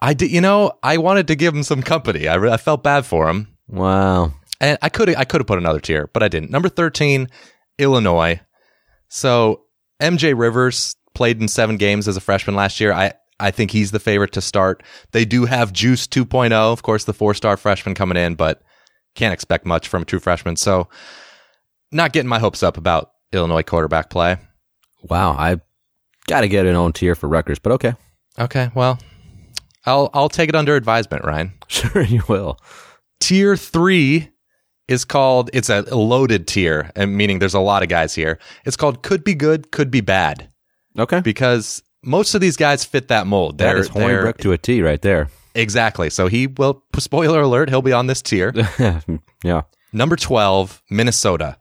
B: I did, you know, I wanted to give him some company. I, re- I felt bad for him,
C: Wow.
B: and I could I could have put another tier, but I didn't. Number 13, Illinois. So MJ Rivers played in seven games as a freshman last year. I I think he's the favorite to start. They do have Juice 2.0, of course, the four star freshman coming in, but can't expect much from a true freshman. So, not getting my hopes up about Illinois quarterback play.
C: Wow. I got to get an own tier for Rutgers, but okay.
B: Okay, well, I'll I'll take it under advisement, Ryan.
C: Sure, you will.
B: tier three is called it's a loaded tier and meaning there's a lot of guys here it's called could be good could be bad
C: Okay.
B: because most of these guys fit that mold
C: That is Hornbrook to a T right there.
B: exactly so he will spoiler alert he'll be on this tier
C: yeah.
B: number 12 minnesota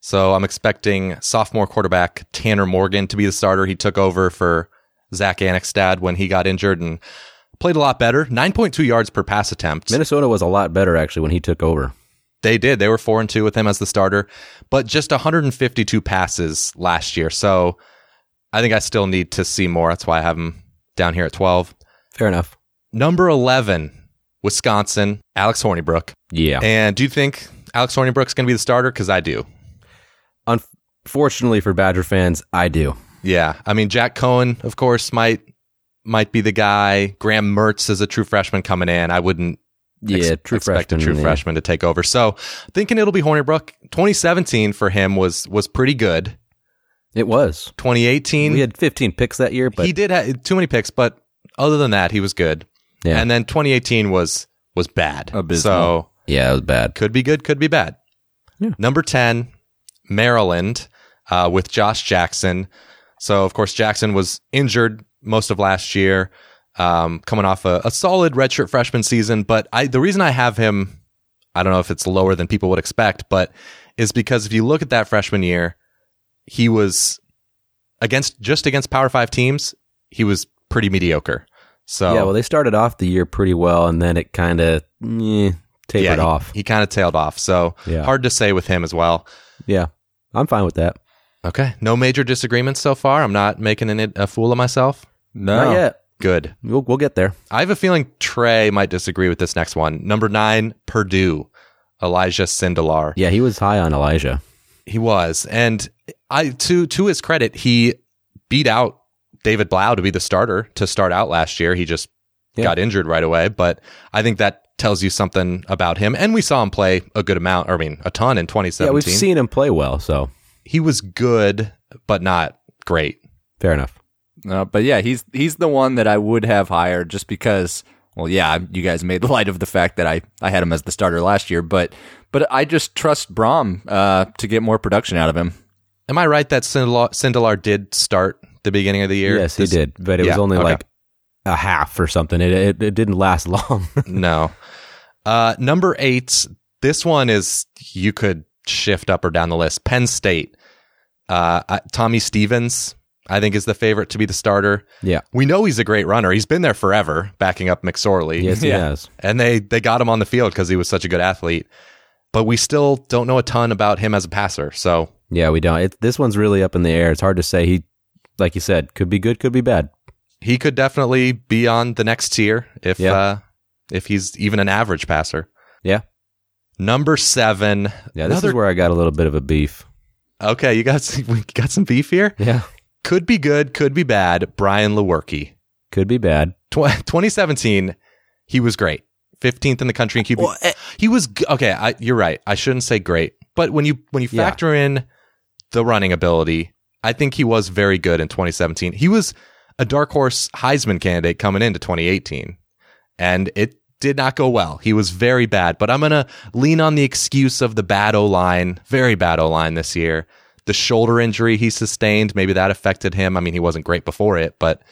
B: so i'm expecting sophomore quarterback tanner morgan to be the starter he took over for zach anixtad when he got injured and played a lot better 9.2 yards per pass attempt
C: Minnesota was a lot better actually when he took over.
B: They did. They were four and two with him as the starter, but just 152 passes last year. So I think I still need to see more. That's why I have him down here at 12.
C: Fair enough.
B: Number 11, Wisconsin, Alex Hornibrook.
C: Yeah.
B: And do you think Alex Hornibrook's going to be the starter? Because I do.
C: Fortunately for Badger fans, I do.
B: Yeah. I mean, Jack Cohen, of course, might might be the guy. Graham Mertz is a true freshman coming in. I wouldn't ex-
C: Yeah, true
B: expect
C: freshman.
B: a true
C: yeah.
B: freshman to take over. So thinking it'll be Hornibrook. 2017 for him was was pretty good.
C: It was. We
B: 2018
C: had 15 picks that year, but
B: he did have too many picks but other than that he was good
C: Yeah.
B: and then 2018 was was bad so
D: Abysmal.
C: yeah, it was bad.
B: could be good could be bad
C: Yeah.
B: number 10 maryland uh, with josh jackson so of course jackson was injured most of last year um, coming off a, a solid redshirt freshman season but I, the reason i have him i don't know if it's lower than people would expect but is because if you look at that freshman year he was against just against power five teams he was pretty mediocre so
C: Yeah, well, they started off the year pretty well, and then it kind of tapered
B: yeah, he-
C: off.
B: he, kind of tailed off so
C: Yeah.
B: hard to say with him as well
C: Yeah, I'm fine with that.
B: Okay. No major disagreements so far. I'm not making an, a fool of myself.
D: No.
C: Not yet.
B: Good.
C: We'll, we'll get there.
B: I have a feeling Trey might disagree with this next one. Number nine, Purdue, Elijah Sindelar.
C: Yeah, he was high on Elijah.
B: He was, and I to to his credit, he beat out David Blau to be the starter to start out last year. He just
C: Yeah.
B: got injured right away, but I think that tells you something about him. And we saw him play a good amount. Or I mean, a ton in 2017.
C: Yeah, we've seen him play well, so
B: he was good, but not great.
C: fair enough.
D: No, Uh, but yeah, he's he's the one that I would have hired just because. Well, yeah, you guys made light of the fact that I, I had him as the starter last year, but but I just trust Brom uh, to get more production out of him.
B: Am I right that Sindelar, Sindelar did start the beginning of the year?
C: Yes, he
B: This-
C: did, but it was
B: yeah,
C: only
B: okay.
C: like a half or something. It it, it didn't last long.
B: No. Uh, number eight. This one is you could shift up or down the list. Penn State. Uh, I- Tommy Stevens, I think, is the favorite to be the starter.
C: yeah,
B: We know he's a great runner. He's been there forever, backing up McSorley.
C: yes, he
D: Yeah.
C: has.
B: And they they got him on the field because he was such a good athlete. But we still don't know a ton about him as a passer. So
C: Yeah, we don't. It, this one's really up in the air. It's hard to say. He, like you said, could be good, could be bad.
B: he could definitely be on the next tier if
C: Yeah.
B: uh, if he's even an average passer.
C: Yeah.
B: Number seven.
C: Yeah, this is
B: Another-
C: where I got a little bit of a beef.
B: okay. You got some, we got some beef here.
C: Yeah,
B: Could be good, could be bad. Brian Lewerke,
C: could be bad.
B: Tw- 2017, he was great. 15th in the country in QB.
C: eh
B: he was g- okay. I, you're right. I shouldn't say great, but when you when you
C: Yeah.
B: factor in the running ability, I think he was very good in 2017. He was a dark horse Heisman candidate coming into 2018, and it did not go well. He was very bad. But I'm gonna lean on the excuse of the bad O line, very bad O line this year. The shoulder injury he sustained, maybe that affected him. I mean, he wasn't great before it, but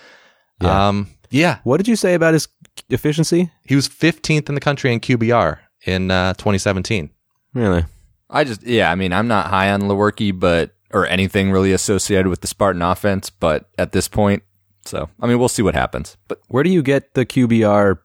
C: Yeah.
B: um, yeah,
C: What did you say about his efficiency?
B: he was 15th in the country in QBR in uh, 2017.
C: Really?
D: I just, yeah, I mean, I'm not high on Lewerke, but or anything really associated with the Spartan offense, but at this point, so I mean, we'll see what happens. But
C: Where do you get the QBR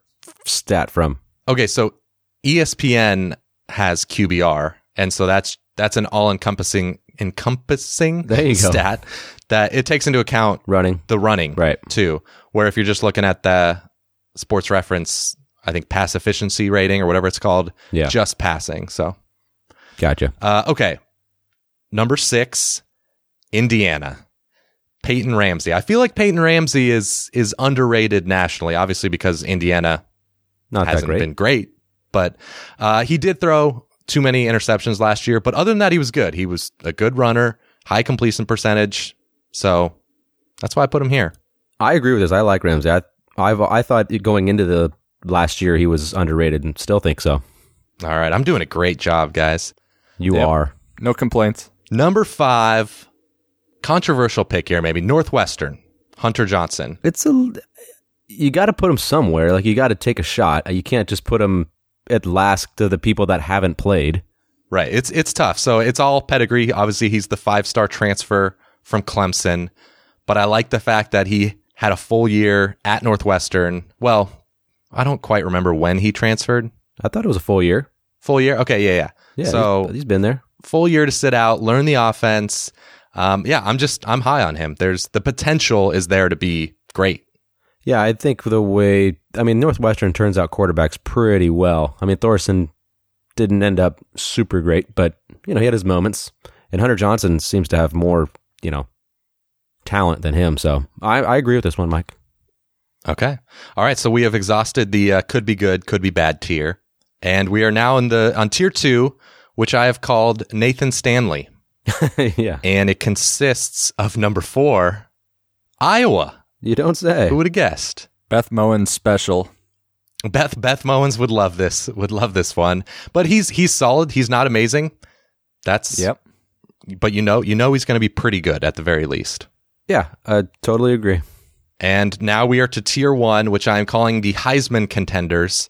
C: stat from?
B: Okay, so E ESPN has QBR, and so that's that's an all-encompassing encompassing
C: There you go.
B: stat that it takes into account
C: Running.
B: the running
C: Right.
B: too. Where if you're just looking at the Sports Reference, I think pass efficiency rating or whatever it's called,
C: Yeah.
B: just passing. So
C: Gotcha.
B: uh, okay, number six, Indiana, Peyton Ramsey. I feel like Peyton Ramsey is is underrated nationally, obviously because Indiana
C: Not that
B: hasn't
C: great.
B: been great, but uh, he did throw too many interceptions last year. But other than that, he was good. He was a good runner, high completion percentage. So that's why I put him here.
C: I agree with this. I like Ramsey. I, I've I thought going into the last year he was underrated, and still think so.
B: All right, I'm doing a great job, guys.
C: You
D: Yep.
C: are.
D: no complaints.
B: Number five, controversial pick here, maybe Northwestern, Hunter Johnson.
C: It's a. You got to put him somewhere. Like you got to take a shot. You can't just put him at last to the people that haven't played.
B: Right, it's it's tough. So it's all pedigree. Obviously, he's the five star transfer from Clemson, but I like the fact that he had a full year at Northwestern. Well, I don't quite remember when he transferred.
C: I thought it was a full year.
B: Full year? Okay, yeah, yeah.
C: Yeah.
B: so
C: he's- he's been there.
B: full year to sit out, learn the offense. Um, yeah, I'm just I'm high on him. There's the potential is there to be great.
C: Yeah, I think the way I mean Northwestern turns out quarterbacks pretty well. I mean Thorson didn't end up super great, but you know he had his moments, and Hunter Johnson seems to have more you know talent than him. So I, I agree with this one, Mike.
B: Okay. All right. So we have exhausted the uh, could be good, could be bad tier, and we are now in the on tier two, which I have called Nathan Stanley,
C: yeah,
B: and it consists of number four, Iowa.
C: you don't say.
B: Who would have guessed?
D: Beth Moen special.
B: Beth Beth Mowens would love this. Would love this one. But he's he's solid. He's not amazing. That's But you know you know he's going to be pretty good at the very least.
C: Yeah, I totally agree.
B: And now we are to tier one, which I am calling the Heisman contenders.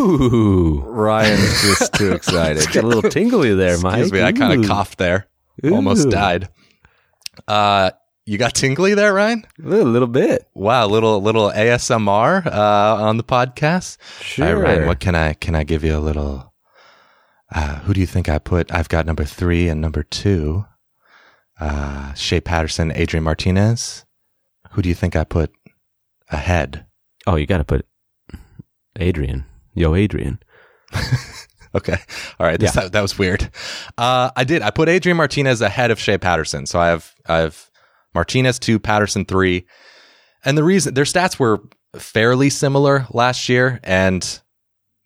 C: Ooh,
D: Ryan's just too excited.
C: got a little tingly there, Mike.
B: Excuse me, I kind
C: Ooh.
B: of coughed there. Almost
C: Ooh.
B: died. Uh, you got tingly there, Ryan?
C: a little bit.
B: Wow, little little ASMR uh, on the podcast. All right, Ryan,
C: Sure.
B: what can I can I give you a little? Uh, who do you think I put? I've got number three and number two. Uh, Shea Patterson, Adrian Martinez. Who do you think I put ahead?
C: Oh, you got to put Adrian. Yo, Adrian.
B: Okay. All right. This- that, that was weird. Uh, I did. I put Adrian Martinez ahead of Shea Patterson. So I have I have Martinez two, Patterson three. And the reason their stats were fairly similar last year, and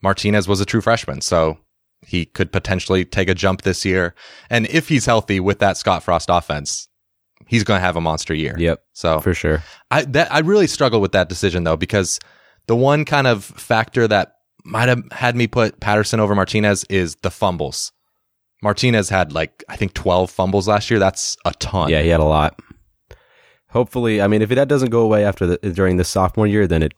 B: Martinez was a true freshman, so he could potentially take a jump this year. And if he's healthy with that Scott Frost offense, he's going to have a monster year.
C: Yep,
B: So
C: for sure.
B: I that I really struggle with that decision though because the one kind of factor that might have had me put Patterson over Martinez is the fumbles. Martinez had like I think 12 fumbles last year. That's a ton.
C: Yeah, he had a lot. Hopefully, I mean, if that doesn't go away after the during the sophomore year, then it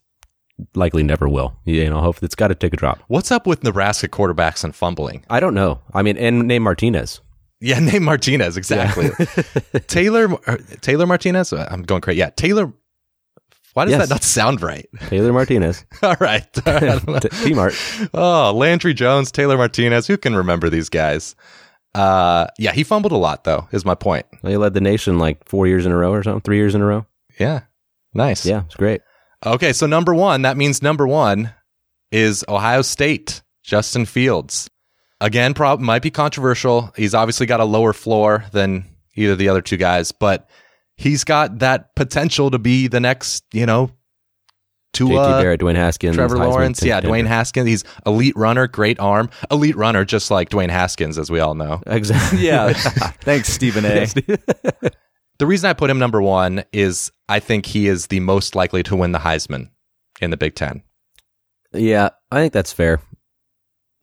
C: likely never will. You know, hopefully it's got to take a drop.
B: What's up with Nebraska quarterbacks and fumbling?
C: I don't know. I mean, and name Martinez.
B: Yeah, name Martinez exactly. Taylor uh, Taylor Martinez. Uh, I'm going crazy. Yeah, Taylor. Why does
C: Yes.
B: that not sound right?
C: Taylor Martinez,
B: All right. All right. I don't know.
C: T Mart.
B: oh, Landry Jones, Taylor Martinez. Who can remember these guys? Uh, yeah, he fumbled a lot though. Is my point.
C: They led the nation like four years in a row or something, three years in a row.
B: Yeah. Nice.
C: Yeah, it's great.
B: Okay, so number one, that means number one is Ohio State, Justin Fields. Again, prob- might be controversial. He's obviously got a lower floor than either of the other two guys, but he's got that potential to be the next, you know,
C: JT
B: Tua,
C: Barrett, Dwayne Haskins,
B: Trevor
C: Heisman
B: Lawrence. Yeah, Dwayne
C: contender.
B: Haskins. He's elite runner, great arm, elite runner, just like Dwayne Haskins, as we all know.
C: Exactly.
D: Yeah. Thanks, Stephen A.
B: The reason I put him number one is I think he is the most likely to win the Heisman in the Big Ten.
C: yeah, I think that's fair.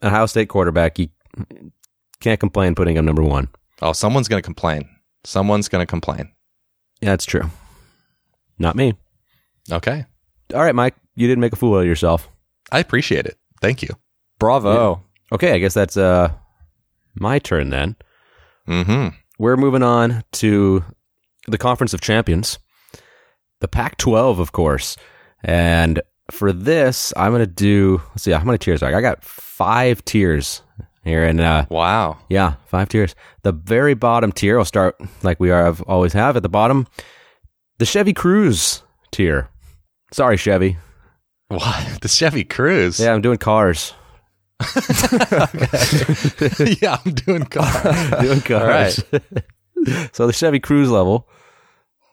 C: Ohio State quarterback, you can't complain putting him number one.
B: Oh, someone's going to complain. Someone's going to complain.
C: Yeah, that's true. Not me.
B: Okay.
C: All right, Mike, you didn't make a fool of yourself.
B: I appreciate it. Thank you.
D: Bravo.
C: Okay, I guess that's uh My turn then.
B: Mm-hmm.
C: We're moving on to the Conference of Champions, the Pac 12, of course. And for this, I'm going to do, let's see, how many tiers are I? I got five tiers here. And uh,
B: Wow.
C: yeah, five tiers. The very bottom tier, I'll start like we are have always have at the bottom, the Chevy Cruise tier. Sorry, Chevy.
B: What? The Chevy Cruise.
C: Yeah, I'm doing cars.
B: yeah, I'm doing car.
C: doing cars. so the Chevy Cruise level,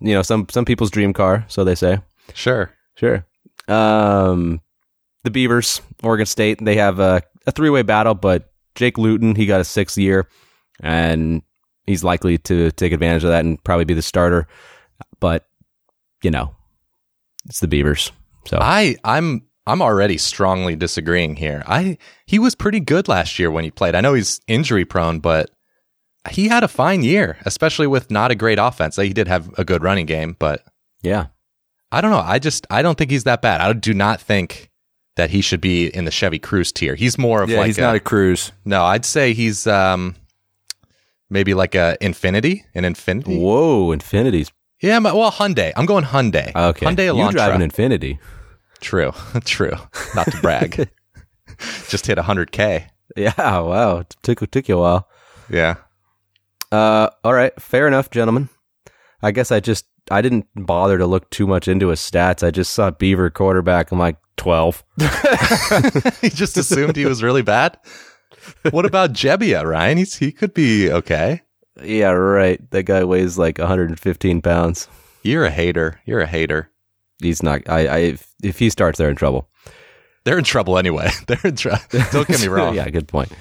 C: you know, some some people's dream car, so they say.
B: sure.
C: Sure. Um, the Beavers, Oregon State, they have a, a three way battle, but Jake Luton, he got a sixth year, and he's likely to take advantage of that and probably be the starter. But you know, it's the Beavers, so
B: I I'm I'm already strongly disagreeing here. I he was pretty good last year when he played. I know he's injury prone, but he had a fine year, especially with not a great offense. He did have a good running game, but
C: yeah,
B: I don't know. I just I don't think he's that bad. I do not think that he should be in the Chevy Cruise tier. He's more of
D: Yeah,
B: like
D: he's not a cruise.
B: no. I'd say he's um maybe like a Infinity, an Infinity.
C: whoa, Infinity's
B: Yeah, my, well Hyundai. I'm going Hyundai.
C: okay.
B: Hyundai Elantra.
C: you drive an Infinity,
B: True, true. Not to brag. Just hit 100K.
C: yeah, wow, it took took you a while.
B: Yeah.
C: Uh, all right, fair enough, gentlemen. I guess I just I didn't bother to look too much into his stats. I just saw Beaver quarterback. I'm like twelve.
B: he just assumed he was really bad. What about Jebbia, Ryan? He's, he could be okay.
C: Yeah, right. That guy weighs like 115 pounds.
B: You're a hater. You're a hater.
C: He's not. I, I if, if he starts, they're in trouble.
B: They're in trouble anyway. They're in trouble. Don't get me wrong.
C: yeah, good point.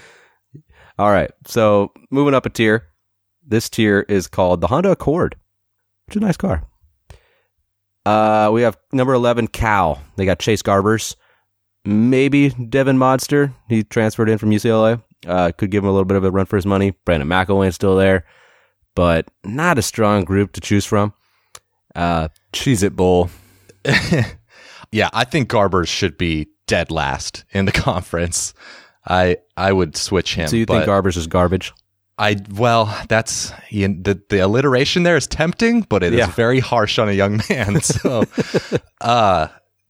C: All right, so moving up a tier. This tier is called the Honda Accord, which is a nice car. Uh, we have number 11, Cal. They got Chase Garbers. Maybe Devin Modster. He transferred in from UCLA. Uh, could give him a little bit of a run for his money. Brandon McElwain's still there, but not a strong group to choose from. Uh,
D: Cheese it bowl.
B: Yeah, I think Garbers should be dead last in the conference. I I would switch him.
C: so you
B: but
C: think Garbers is garbage?
B: I well, that's you the the alliteration there is tempting, but it is
C: Yeah.
B: very harsh on a young man. So, uh,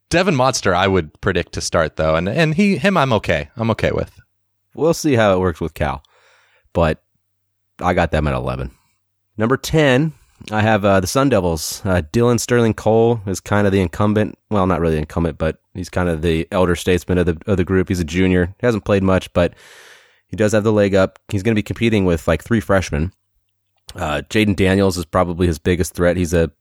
B: Devin Monster, I would predict to start though, and and he him, I'm okay, I'm okay with.
C: We'll see how it works with Cal. But I got them at 11. Number 10, I have uh, the Sun Devils. Uh, Dylan Sterling Cole is kind of the incumbent. Well, not really incumbent, but he's kind of the elder statesman of the, of the group. He's a junior. He hasn't played much, but he does have the leg up. He's going to be competing with like three freshmen. Uh, Jaden Daniels is probably his biggest threat. He's a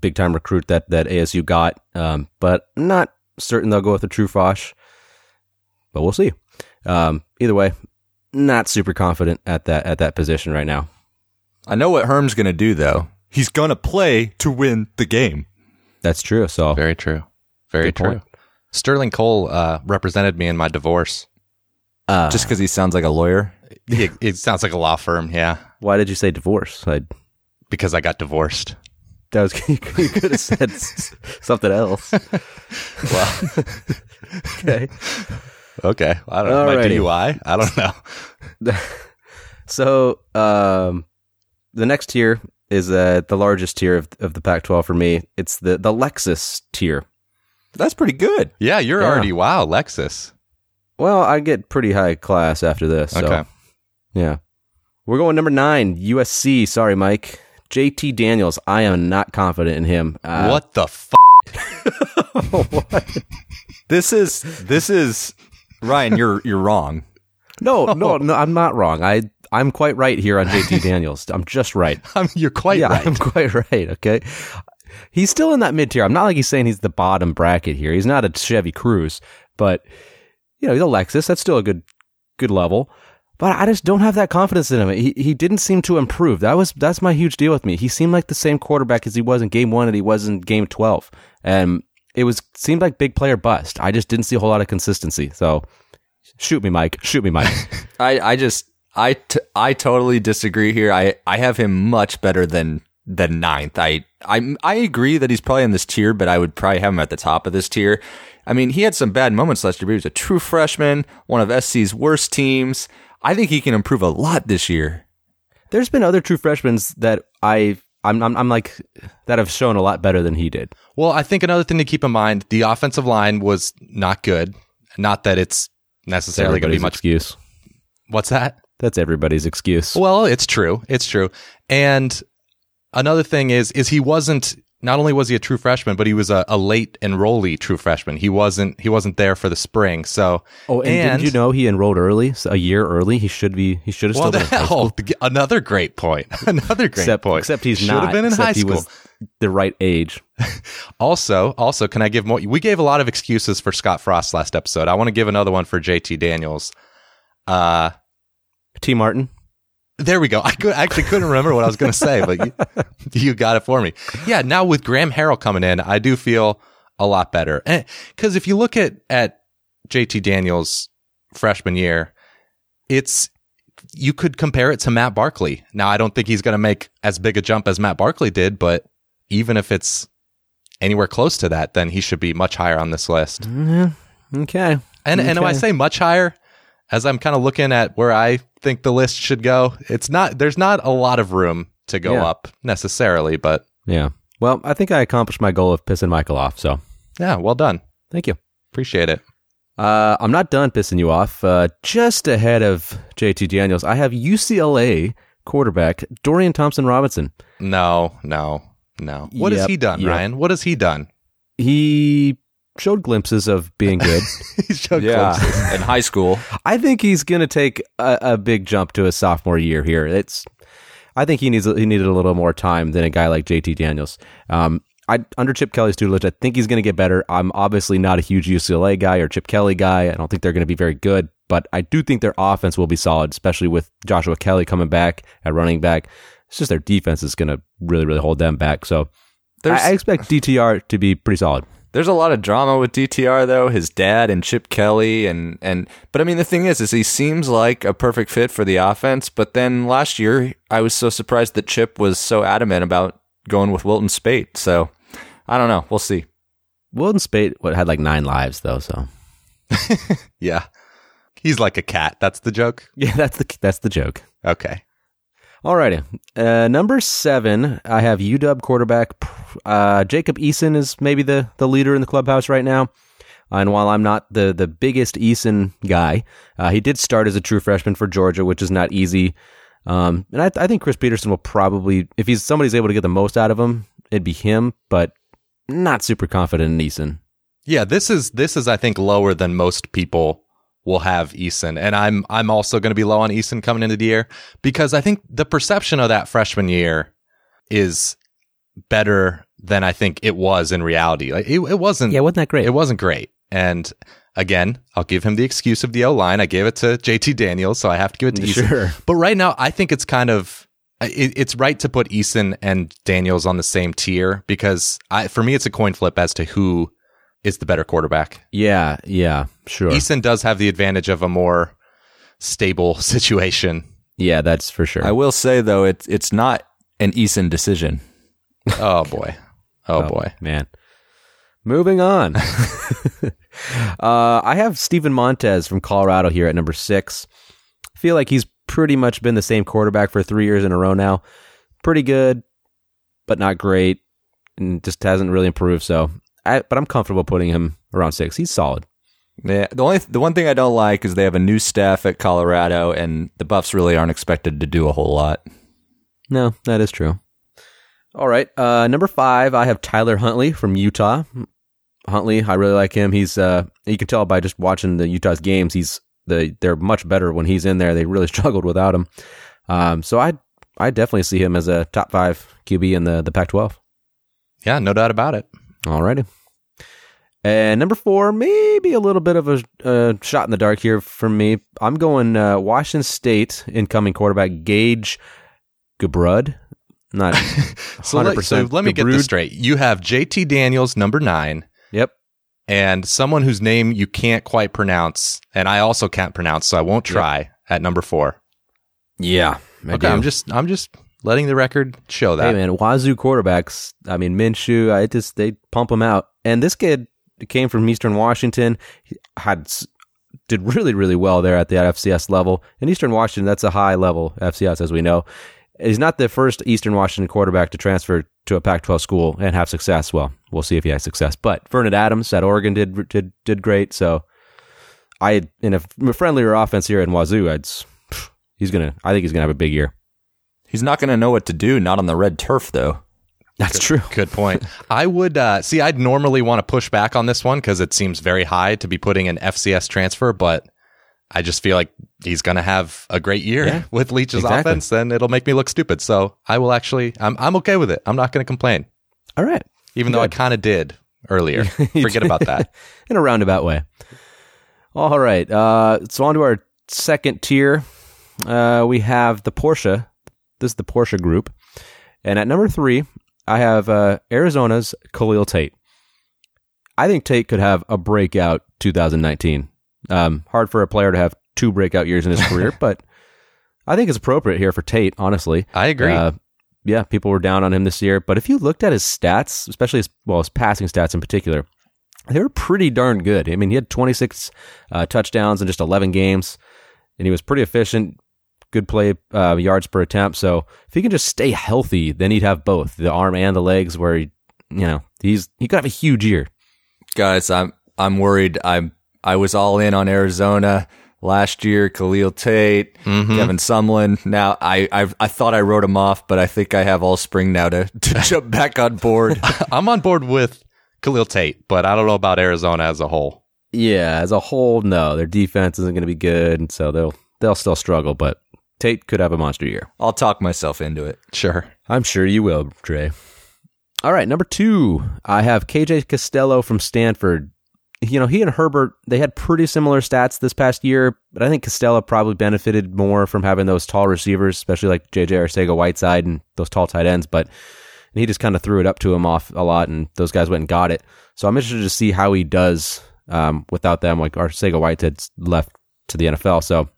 C: big time recruit that, that ASU got, um, but I'm not certain they'll go with a true Fosh, but we'll see. Um, either way, not super confident at that at that position right now.
D: I know what Herm's going to do though. He's going to play to win the game.
C: That's true. So
B: Very true, very
C: Good
B: true.
C: point.
B: Sterling Cole uh, represented me in my divorce.
C: uh,
D: Just because he sounds like a lawyer.
B: It, it sounds like a law firm, yeah,
C: why did you say divorce? I
B: because I got divorced.
C: that was you could have said s- something else.
B: Well,
C: Okay.
B: okay, I don't know my
C: Alrighty.
B: DUI. I don't know.
C: So um, the next tier is uh, the largest tier of, of the Pac-12 for me. It's the the Lexus tier.
D: That's pretty good.
B: Yeah, you're
C: Yeah.
B: already wow, Lexus.
C: Well, I get pretty high class after this. So,
B: Okay.
C: Yeah. We're going number nine, USC. Sorry, Mike. JT Daniels. I am not confident in him. Uh,
B: what the f?
D: This is this is Ryan. You're you're wrong.
C: No, no, no, I'm not wrong. I I'm quite right here on JT Daniels. I'm just right.
B: I'm, you're quite
C: yeah,
B: right.
C: I'm quite right. Okay. He's still in that mid tier. I'm not like he's saying he's the bottom bracket here. He's not a Chevy Cruise, but you know, he's a Lexus. That's still a good good level. But I just don't have that confidence in him. He he didn't seem to improve. That was that's my huge deal with me. He seemed like the same quarterback as he was in game one and he was in game twelve. And it was seemed like big player bust. I just didn't see a whole lot of consistency. So shoot me, Mike. Shoot me, Mike.
D: I I just I t- I totally disagree here. I I have him much better than than ninth. I I I agree that he's probably in this tier, but I would probably have him at the top of this tier. I mean, he had some bad moments last year. But he was a true freshman, one of SC's worst teams. I think he can improve a lot this year.
C: There's been other true freshmen that I I'm, I'm I'm like that have shown a lot better than he did.
B: Well, I think another thing to keep in mind the offensive line was not good. Not that it's necessarily going to be
C: Everybody's
B: much.
C: excuse.
B: What's that?
C: That's everybody's excuse.
B: Well, it's true. It's true. And another thing is is he wasn't not only was he a true freshman, but he was a, a late enrollee true freshman. He wasn't he wasn't there for the spring. So
C: oh, and, didn't you know he enrolled early, so a year early? He should be. He should have
B: well,
C: still been.
B: the
C: in high
B: hell,
C: school.
B: another great point. Another great
C: Except,
B: point.
C: except he's
B: Should
C: not.
B: have been in
C: except
B: high
C: he
B: school.
C: was the right age.
B: Also, also, can I give more? We gave a lot of excuses for Scott Frost last episode. I want to give another one for JT Daniels. Uh,
C: T. Martin.
B: there we go. I could, actually couldn't remember what I was going to say, but you, you got it for me. Yeah. Now with Graham Harrell coming in, I do feel a lot better. Because if you look at at JT Daniels freshman year, it's you could compare it to Matt Barkley. Now I don't think he's going to make as big a jump as Matt Barkley did, but even if it's anywhere close to that, then he should be much higher on this list.
C: Okay.
B: And and when I
C: Okay.
B: say much higher, as I'm kind of looking at where I think the list should go, it's not there's not a lot of room to go
C: Yeah.
B: up necessarily, but
C: Yeah. Well, I think I accomplished my goal of pissing Michael off. So
B: yeah, well done.
C: thank you.
B: Appreciate it.
C: Uh, I'm not done pissing you off. Uh, just ahead of JT Daniels, I have UCLA quarterback Dorian Thompson Robinson.
B: No, no, no. What has
C: Yep,
B: he done,
C: yep.
B: Ryan? What has he done?
C: He showed glimpses of being good.
B: He's so close.
D: in high school.
C: I think he's going to take a, a big jump to his sophomore year here. It's, I think he needs he needed a little more time than a guy like JT Daniels. Um, I under Chip Kelly's tutelage, I think he's going to get better. I'm obviously not a huge UCLA guy or Chip Kelly guy. I don't think they're going to be very good, but I do think their offense will be solid, especially with Joshua Kelly coming back at running back. It's just their defense is going to really really hold them back. So I,
D: There's-
C: I expect DTR to be pretty solid.
D: There's a lot of drama with DTR though, his dad and Chip Kelly and and but I mean the thing is is he seems like a perfect fit for the offense, but then last year I was so surprised that Chip was so adamant about going with Wilton Spate. So I don't know, we'll see.
C: Wilden Spate what had like nine lives though, so
B: Yeah. He's like a cat. That's the joke.
C: yeah, that's the that's the joke.
B: Okay.
C: Alrighty. Uh, number seven, I have UW quarterback uh, Jacob Eason is maybe the, the leader in the clubhouse right now. Uh, And while I'm not the, the biggest Eason guy, uh, he did start as a true freshman for Georgia, which is not easy. Um, and I, I think Chris Peterson will probably, if he's somebody's able to get the most out of him, it'd be him, but not super confident in Eason.
B: Yeah, this is this is I think lower than most people will have Eason, and I'm I'm also going to be low on Eason coming into the year because I think the perception of that freshman year is better than I think it was in reality. Like it, it wasn't.
C: Yeah, wasn't that great?
B: It wasn't great. And again, I'll give him the excuse of the O line. I gave it to JT Daniels, so I have to give it to Eason.
C: Sure.
B: But right now, I think it's kind of it, it's right to put Eason and Daniels on the same tier because I, for me, it's a coin flip as to who is the better quarterback.
C: Yeah, yeah, sure.
B: Eason does have the advantage of a more stable situation.
C: Yeah, that's for sure.
D: I will say though, it's it's not an Eason decision. Um,
B: Oh boy, oh, boy.
C: Um, man. Moving on. uh, I have Stephen Montez from Colorado here at number six. I feel like he's pretty much been the same quarterback for three years in a row now. Pretty good, but not great, and just hasn't really improved. So, I, but I'm comfortable putting him around six. He's solid.
D: Yeah, the only the one thing I don't like is they have a new staff at Colorado and the Buffs really aren't expected to do a whole lot.
C: No, that is true. All right. Uh, number five, I have Tyler Huntley from Utah. Huntley, I really like him. He's uh, you can tell by just watching the Utah's games. He's the they're much better when he's in there. They really struggled without him. Um, so I I definitely see him as a top five QB in the the Pac-12.
B: Yeah, no doubt about it.
C: All righty. And number four, maybe a little bit of a uh, shot in the dark here for me. I'm going uh, Washington State incoming quarterback Gage Gabrud. Not
B: So, let, so
C: 100%
B: let me get
C: Gabrud.
B: this straight. You have JT Daniels, number nine,
C: Yep.
B: and someone whose name you can't quite pronounce, and I also can't pronounce, so I won't try at number four.
C: Yeah.
B: okay, I'm just I'm just letting the record show that.
C: Hey man, Wazoo quarterbacks. I mean Minshew. I just they pump him out. And this kid came from Eastern Washington. He had s- did really, really well there at the FCS level. In Eastern Washington, that's a high level FCS, as we know. He's not the first Eastern Washington quarterback to transfer to a Pac-12 school and have success. Well, we'll see if he has success. But Vernon Adams at Oregon did did did great. So I in a friendlier offense here in Wazoo, I'd s- pff, he's gonna. I think he's gonna have a big year.
D: He's not going to know what to do, not on the red turf, though.
C: That's true.
B: Good point. I would uh, see. I'd normally want to push back on this one because it seems very high to be putting an FCS transfer, but I just feel like he's going to have a great year
C: Yeah,
B: with Leach's
C: exactly.
B: offense, and it'll make me look stupid. So I will actually. I'm I'm okay with it. I'm not going to complain,
C: All right.
B: even though I kind of did earlier. Forget about that.
C: in a roundabout way. All right. Uh, so on to our second tier. Uh, we have the Porsche. This is the Porsche group. And at number three, I have uh, Arizona's Khalil Tate. I think Tate could have a breakout 2019. Um, hard for a player to have two breakout years in his career, but I think it's appropriate here for Tate, honestly.
B: I agree.
C: Uh, yeah, people were down on him this year, but if you looked at his stats, especially his well, his passing stats in particular, they were pretty darn good. I mean, he had 26 uh, touchdowns in just 11 games, and he was pretty efficient. Good play uh, yards per attempt. So if he can just stay healthy, then he'd have both the arm and the legs. Where he, you know, he's he could have a huge year.
D: Guys, I'm I'm worried. I'm I was all in on Arizona last year. Khalil Tate, Kevin Sumlin. Now I I've, I thought I wrote him off, but I think I have all spring now to, to jump back on board.
B: I'm on board with Khalil Tate, but I don't know about Arizona as a whole.
C: Yeah, as a whole, no, their defense isn't going to be good, and so they'll they'll still struggle. But Tate could have a monster year.
D: I'll talk myself into it.
B: Sure.
C: I'm sure you will, Dre. All right, number two, I have KJ Costello from Stanford. You know, he and Herbert, they had pretty similar stats this past year, but I think Costello probably benefited more from having those tall receivers, especially like JJ Arcega Whiteside and those tall tight ends. But he just kind of threw it up to him off a lot, and those guys went and got it. So I'm interested to see how he does um, without them. Like Arcega Whiteside's left to the NFL. So,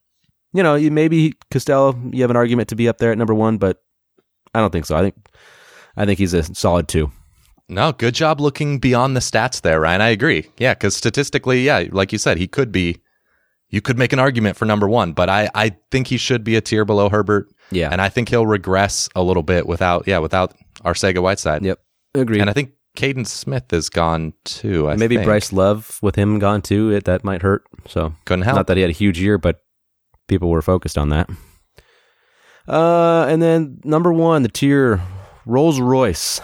C: you know, you- maybe Costello, you have an argument to be up there at number one, but I don't think so. I think I think he's a solid two.
B: No, good job looking beyond the stats there, Ryan. I agree. Yeah, because statistically, yeah, like you said, he could be. You could make an argument for number one, but I, I think he should be a tier below Herbert,
C: Yeah.
B: and I think he'll regress a little bit without yeah without our Sega Whiteside.
C: yep. Agreed.
B: And I think Caden Smith is gone too. I
C: Maybe
B: think.
C: Bryce Love with him gone too. It, that might hurt. So
B: couldn't help.
C: not that he had a huge year, but people were focused on that. Uh, and then number one, the tier Rolls Royce.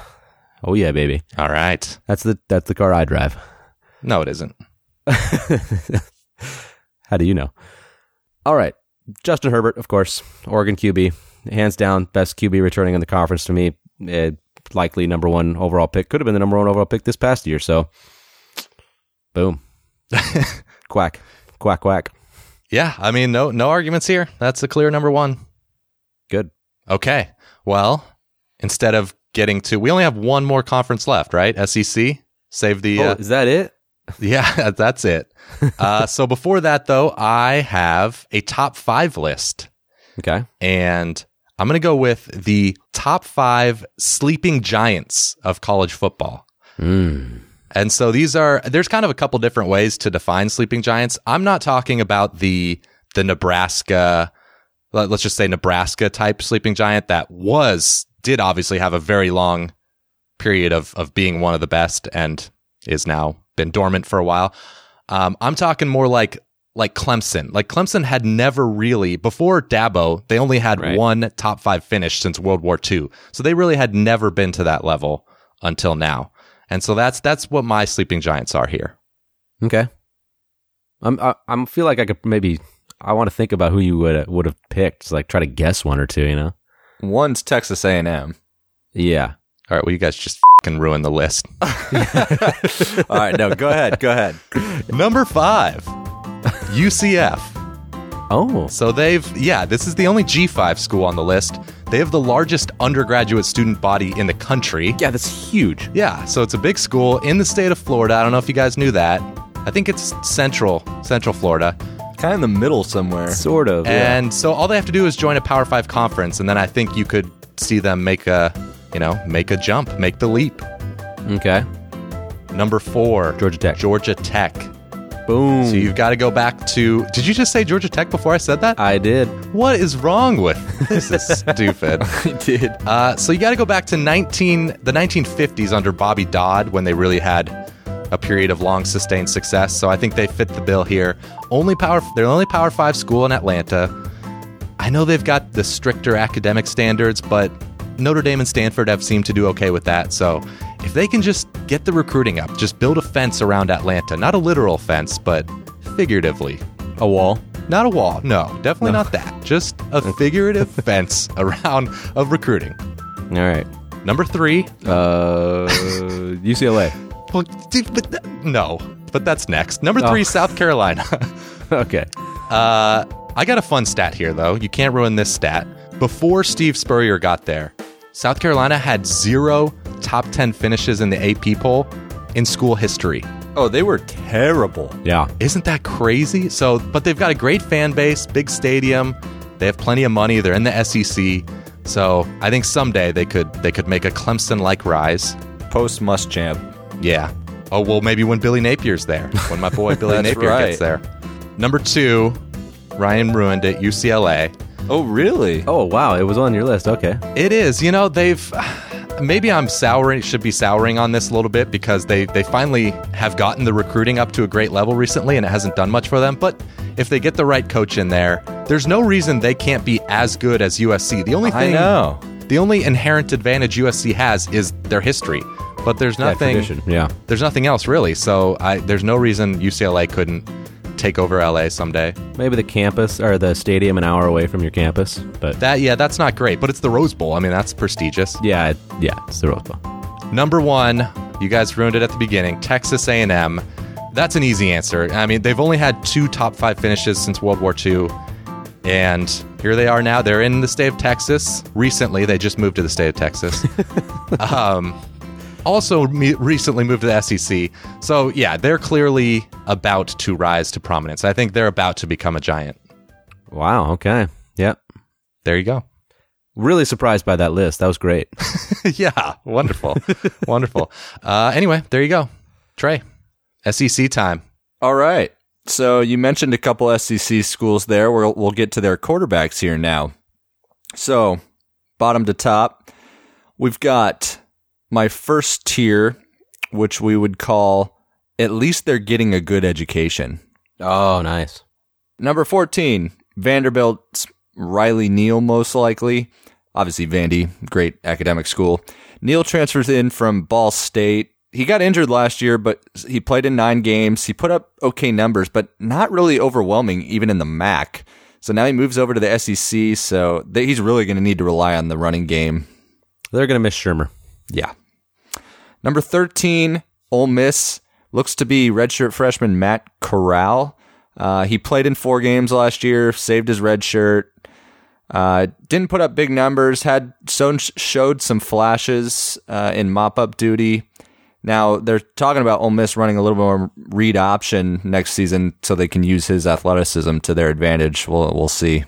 C: Oh yeah, baby.
B: All right.
C: That's the that's the car I drive.
B: No, it isn't.
C: How do you know? All right. Justin Herbert, of course, Oregon QB, hands down, best QB returning in the conference to me. Eh, likely number one overall pick. Could have been the number one overall pick this past year. So, boom. quack, quack, quack.
B: Yeah, I mean, no, no arguments here. That's a clear number one.
C: Good.
B: Okay. Well, instead of getting to, we only have one more conference left, right? SEC. Save the
C: Oh,
B: uh,
C: is that it?
B: Yeah, that's it. Uh, so before that, though, I have a top five list,
C: Okay.
B: and I'm going to go with the top five sleeping giants of college football.
C: Mm.
B: And so these are there's kind of a couple different ways to define sleeping giants. I'm not talking about the the Nebraska let- let's just say Nebraska type sleeping giant that was did obviously have a very long period of of being one of the best and is now been dormant for a while. Um, I'm talking more like like Clemson. Like Clemson had never really before Dabo, they only had
C: Right.
B: one top five finish since World War II. So they really had never been to that level until now. And so that's that's what my sleeping giants are here.
C: Okay. I'm, I, I'm feel like I could maybe, I want to think about who you would would have picked. It's like try to guess one or two, you know?
D: One's Texas A&M.
C: Yeah.
B: All right, well you guys just fing ruin the list.
D: All right, no, go ahead, go ahead.
B: Number 5. UCF.
C: Oh.
B: So they've, yeah, this is the only G5 school on the list. They have the largest undergraduate student body in the country.
C: Yeah, that's huge.
B: Yeah, so it's a big school in the state of Florida. I don't know if you guys knew that. I think it's central, central Florida.
D: Kind of in the middle somewhere.
C: Sort of. yeah.
B: And so all they have to do is join a Power 5 conference and then I think you could see them make a, you know, make a jump, make the leap.
C: Okay.
B: Number 4,
C: Georgia Tech. Hmm.
B: Georgia Tech.
C: Boom.
B: So you've got to go back to. Did you just say Georgia Tech before I said that?
C: I did.
B: what is wrong with this? Is stupid.
D: I did.
B: Uh, so you got to go back to 19 the 1950s under Bobby Dodd when they really had a period of long sustained success. So I think they fit the bill here. Only power they're the only Power 5 school in Atlanta. I know they've got the stricter academic standards, but Notre Dame and Stanford have seemed to do okay with that. So if they can just get the recruiting up, just build a fence around Atlanta, not a literal fence, but figuratively.
D: A wall.
B: Not a wall. No, definitely not that. Just a figurative fence around of recruiting.
C: All right.
B: Number three.
C: Uh, UCLA.
B: Well, d- but Oh. th- no, but that's next. Number three, South Carolina.
C: Okay.
B: Uh, I got a fun stat here, though. You can't ruin this stat. Before Steve Spurrier got there, South Carolina had zero top 10 finishes in the AP poll in school history.
D: Oh, they were terrible.
C: Yeah.
B: Isn't that crazy? So, but they've got a great fan base, big stadium. They have plenty of money. They're in the SEC. So, I think someday they could they could make a Clemson-like rise.
D: Post Muschamp.
B: Yeah. Oh, well, maybe when Billy Napier's there, when my boy Billy
D: That's
B: Napier gets
D: right.
B: there. Number two, Ryan ruined it, UCLA.
D: Oh, really?
C: Oh wow, it was on your list. Okay.
B: It is, you know, they've. Maybe I'm souring, should be souring on this a little bit because they, they finally have gotten the recruiting up to a great level recently and it hasn't done much for them. But if they get the right coach in there, there's no reason they can't be as good as USC. The only
D: I
B: thing,
D: know.
B: the only inherent advantage USC has is their history. But there's
C: Yeah,
B: nothing.
C: tradition. Yeah.
B: there's nothing else really. So I, there's no reason UCLA couldn't take over LA someday.
C: Maybe the campus or the stadium an hour away from your campus, but
B: That yeah, that's not great, but it's the Rose Bowl. I mean, that's prestigious.
C: yeah, it- yeah, it's the Rose Bowl.
B: Number one, you guys ruined it at the beginning. Texas A&M. That's an easy answer. I mean, they've only had two top five finishes since World War II, and here they are now. They're in the state of Texas. Recently, they just moved to the state of Texas. um, also, me- recently moved to the SEC. So yeah, they're clearly about to rise to prominence. I think they're about to become a giant.
C: Wow. Okay. Yep.
B: There you go.
C: Really surprised by that list. That was great.
B: yeah, wonderful, wonderful. Uh, anyway, there you go, Trey. SEC time.
D: All right. So you mentioned a couple SEC schools there. We'll, we'll get to their quarterbacks here now. So, bottom to top, we've got my first tier, which we would call at least they're getting a good education.
C: Oh, nice.
D: Number 14, Vanderbilt's Riley Neal, most likely. Obviously, Vandy, great academic school. Neal transfers in from Ball State. He got injured last year, but he played in nine games. He put up okay numbers, but not really overwhelming, even in the MAC. So now he moves over to the SEC, so th- he's really going to need to rely on the running game
C: They're gonna miss Shermer.
D: yeah. Number 13, Ole Miss looks to be redshirt freshman Matt Corral. Uh, he played in four games last year, saved his red shirt. Uh, didn't put up big numbers, had shown, showed some flashes uh, in mop up duty. Now they're talking about Ole Miss running a little more read option next season so they can use his athleticism to their advantage. We'll, we'll see.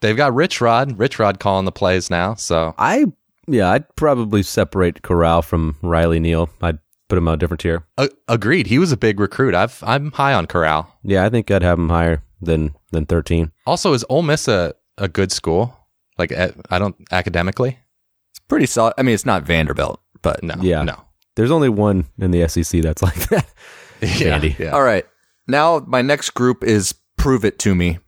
B: They've got Rich Rod. Rich Rod calling the plays now. So
C: I yeah, I'd probably separate Corral from Riley Neal. I'd put him on a different tier.
B: A- agreed. He was a big recruit. I've I'm high on Corral.
C: Yeah, I think I'd have him higher than than thirteen.
B: Also, is Ole Miss a, a good school? Like I I don't academically.
D: It's pretty solid. I mean, it's not Vanderbilt, but
B: No.
C: Yeah.
B: No.
C: There's only one in the SEC that's like that.
B: Yeah.
C: Andy.
B: yeah.
D: All right. Now my next group is Prove It To Me.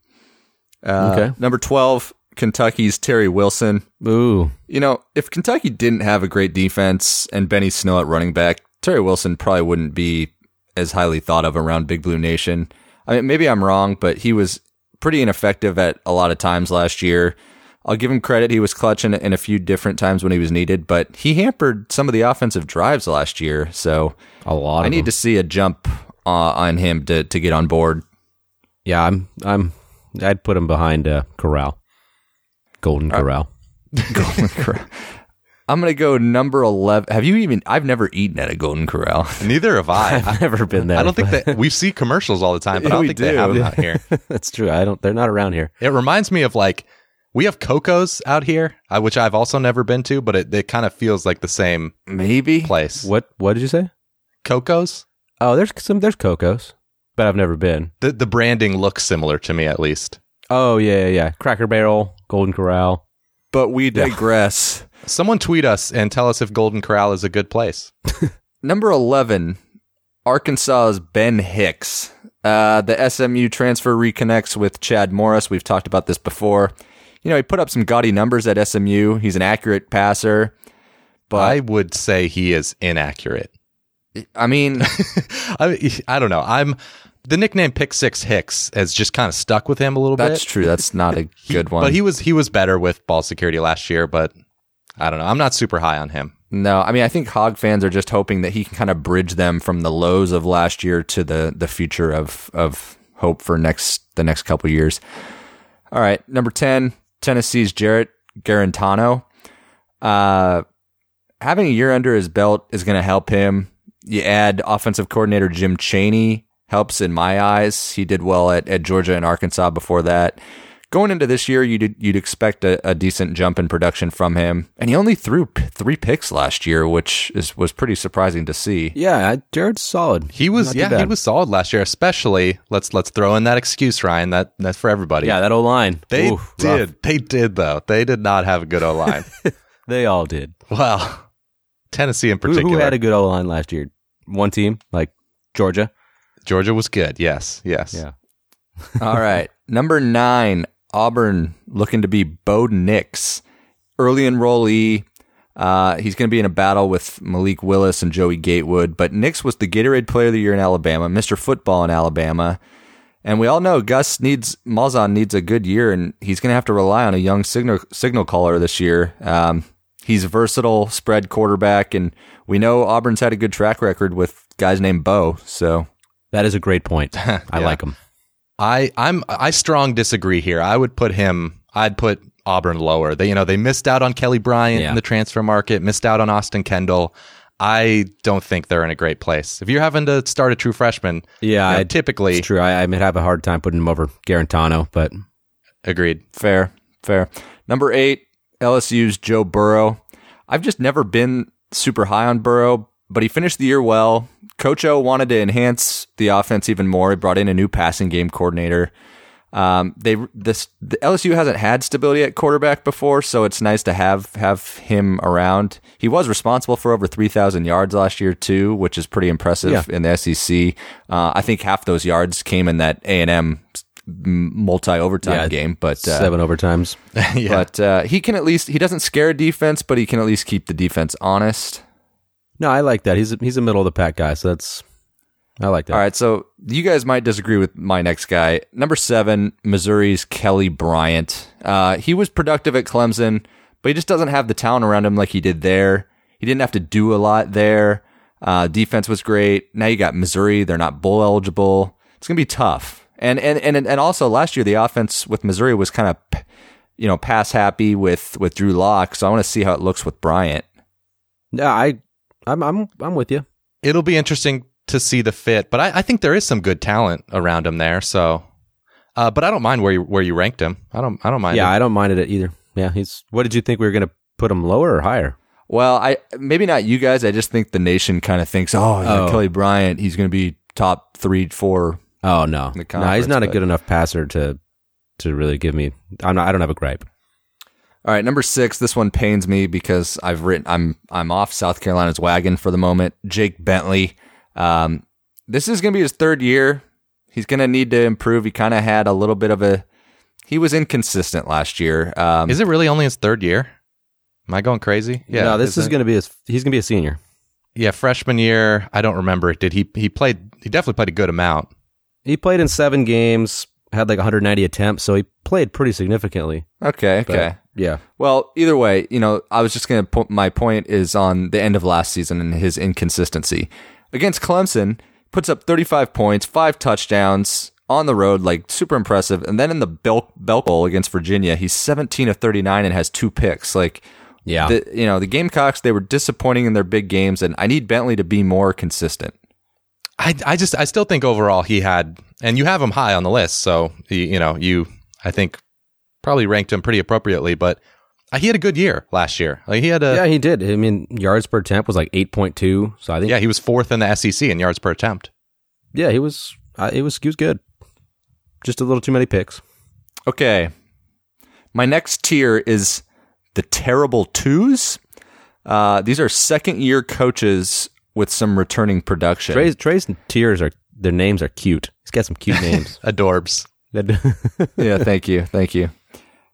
D: Uh,
C: Okay.
D: Number 12, Kentucky's Terry Wilson.
C: Ooh,
D: You know, if Kentucky didn't have a great defense and Benny Snow at running back, Terry Wilson probably wouldn't be as highly thought of around Big Blue Nation. I mean, maybe I'm wrong, but he was pretty ineffective at a lot of times last year. I'll give him credit. He was clutch in, in a few different times when he was needed, but he hampered some of the offensive drives last year. So
C: a lot.
D: I
C: of
D: need to see a jump uh, on him to, to get on board.
C: Yeah, I'm. I'm. I'd put him behind uh, Corral, Golden
B: Uh,
C: Corral.
D: Golden Corral. I'm gonna go number eleven. Have you even? I've never eaten at a Golden Corral.
B: Neither have I.
C: I've never been there.
B: I don't think
C: but-
B: that we see commercials all the time, but I don't
D: We
B: think they
D: do.
B: have them out here.
C: that's true. I don't. They're not around here.
B: It reminds me of like we have Coco's out here, uh, which I've also never been to, but it, it kind of feels like the same
D: Maybe.
B: place.
C: What What did you say?
B: Coco's?
C: Oh, there's some. There's Cocos. but I've never been.
B: The the branding looks similar to me at least.
C: Oh yeah, yeah, yeah. Cracker Barrel, Golden Corral.
D: But we digress.
B: Someone tweet us and tell us if Golden Corral is a good place.
D: Number 11, Arkansas's Ben Hicks. Uh, the SMU transfer reconnects with Chad Morris. We've talked about this before. You know, he put up some gaudy numbers at SMU. He's an accurate passer.
B: I
D: But,
B: would say he is inaccurate.
D: I mean,
B: I, I don't know. I'm the nickname Pick Six Hicks has just kind of stuck with him a little
D: that's
B: bit.
D: true. That's not a
B: He-
D: good one.
B: But he was he was better with ball security last year. But I don't know. I'm not super high on him.
D: No, I mean, I think Hog fans are just hoping that he can kind of bridge them from the lows of last year to the the future of of hope for next the next couple years. All right, number ten, Tennessee's Jarrett Garantano. Uh, having a year under his belt is going to help him. You add offensive coordinator Jim Cheney helps in my eyes. He did well at, at Georgia and Arkansas before that. Going into this year, you'd you'd expect a, a decent jump in production from him, and he only threw p- three picks last year, which is was pretty surprising to see.
C: Yeah, Jared's solid.
B: He was
C: Not too
B: yeah he
C: bad.
B: was solid last year. Especially let's let's throw in that excuse Ryan that that's for everybody.
C: Yeah, that old line.
B: They
C: Oof, rough.
B: did. They did though. They did not have a good O line.
C: They all did.
B: well, Tennessee in
C: Who-
B: particular.
C: Who, had a good O line last year? One team like Georgia.
B: Georgia was good. Yes. Yes.
C: Yeah.
D: All right, number nine, Auburn looking to be Bo Nix, early enrollee. Uh, he's going to be in a battle with Malik Willis and Joey Gatewood, but Nix was the Gatorade Player of the Year in Alabama, Mister Football in Alabama, and we all know Gus needs Malzahn needs a good year, and he's going to have to rely on a young signal signal caller this year. Um, he's a versatile spread quarterback, and we know Auburn's had a good track record with guys named Bo, so
C: That is a great point. I like him.
B: I I'm I strong disagree here. I would put him. I'd put Auburn lower. They you know they missed out on Kelly Bryant
C: Yeah.
B: in the transfer market. Missed out on Austin Kendall. I don't think they're in a great place. If you're having to start a true freshman,
C: Yeah,
B: you know,
C: I,
B: typically
C: it's true. I, I might have a hard time putting him over Garantano, but
B: agreed.
D: Fair, fair. Number eight, LSU's Joe Burrow. I've just never been super high on Burrow, but he finished the year well. Coach O wanted to enhance the offense even more. He brought in a new passing game coordinator. Um, they this the LSU hasn't had stability at quarterback before, so it's nice to have have him around. He was responsible for over three thousand yards last year too, which is pretty impressive
C: Yeah.
D: in the SEC. Uh, I think half those yards came in that A and M multi overtime
C: Yeah,
D: game, but uh,
C: seven overtimes.
D: but uh, he can at least he doesn't scare defense, but he can at least keep the defense honest.
C: No, I like that. He's a, he's a middle of the pack guy, so that's I like that.
D: All right, so you guys might disagree with my next guy, number seven, Missouri's Kelly Bryant. Uh, he was productive at Clemson, but he just doesn't have the talent around him like he did there. He didn't have to do a lot there. Uh, defense was great. Now you got Missouri; they're not bowl eligible. It's gonna be tough. And and and and also last year the offense with Missouri was kind of, you know, pass happy with with Drew Lock. So I want to see how it looks with Bryant.
C: No, I I'm I'm I'm with you.
B: It'll be interesting to see the fit, but I, I think there is some good talent around him there. So, uh, but I don't mind where you where you ranked him. I don't I don't mind.
C: yeah,
B: him.
C: I don't mind it either. Yeah, he's. What did you think we were going to put him lower or higher?
D: Well, I maybe not you guys. I just think the nation kind of thinks, oh, yeah,
C: Oh.
D: Kelly Bryant, he's going to be top three, four.
C: Oh no,
D: The
C: no, he's not a
D: conference,
C: good enough passer to to really give me. I'm not. I don't have a gripe.
D: All right, number six. This one pains me because I've written. I'm I'm off South Carolina's wagon for the moment. Jake Bentley. Um, this is going to be his third year. He's going to need to improve. He kind of had a little bit of a. He was inconsistent last year. Um,
B: Is it really only his third year? Am I going crazy?
C: Yeah, no, this is
B: it-
C: going to be his. He's going to be a senior.
B: Yeah, freshman year. I don't remember. Did he? He played. He definitely played a good amount.
C: He played in seven games, had like 190 attempts, so he played pretty significantly.
D: okay,
C: But,
D: okay.
C: Yeah.
D: Well, either way, you know, I was just going to point my point is on the end of last season and his inconsistency. Against Clemson, puts up 35 points, five touchdowns on the road, like super impressive. And then in the Bel- Belk Bowl against Virginia, he's 17 of 39 and has two picks. Like,
C: Yeah.
D: the, you know, the Gamecocks, they were disappointing in their big games, and I need Bentley to be more consistent.
B: I, I just I still think overall he had and you have him high on the list, so you, you know you I think probably ranked him pretty appropriately, but uh, he had a good year last year. Like he had a
C: yeah,
B: yeah,
C: he did. I mean, yards per attempt was like 8.2, so I think
B: E he was fourth in the SEC in yards per attempt.
C: yeah, he was I, it was he was good. Just a little too many picks.
D: Okay. My next tier is the terrible twos. Uh, these are second year coaches with some returning production.
C: Trey's, Trey's tears are their names are cute. He's got some cute names.
B: Adorbs.
C: That-
D: yeah, thank you. Thank you.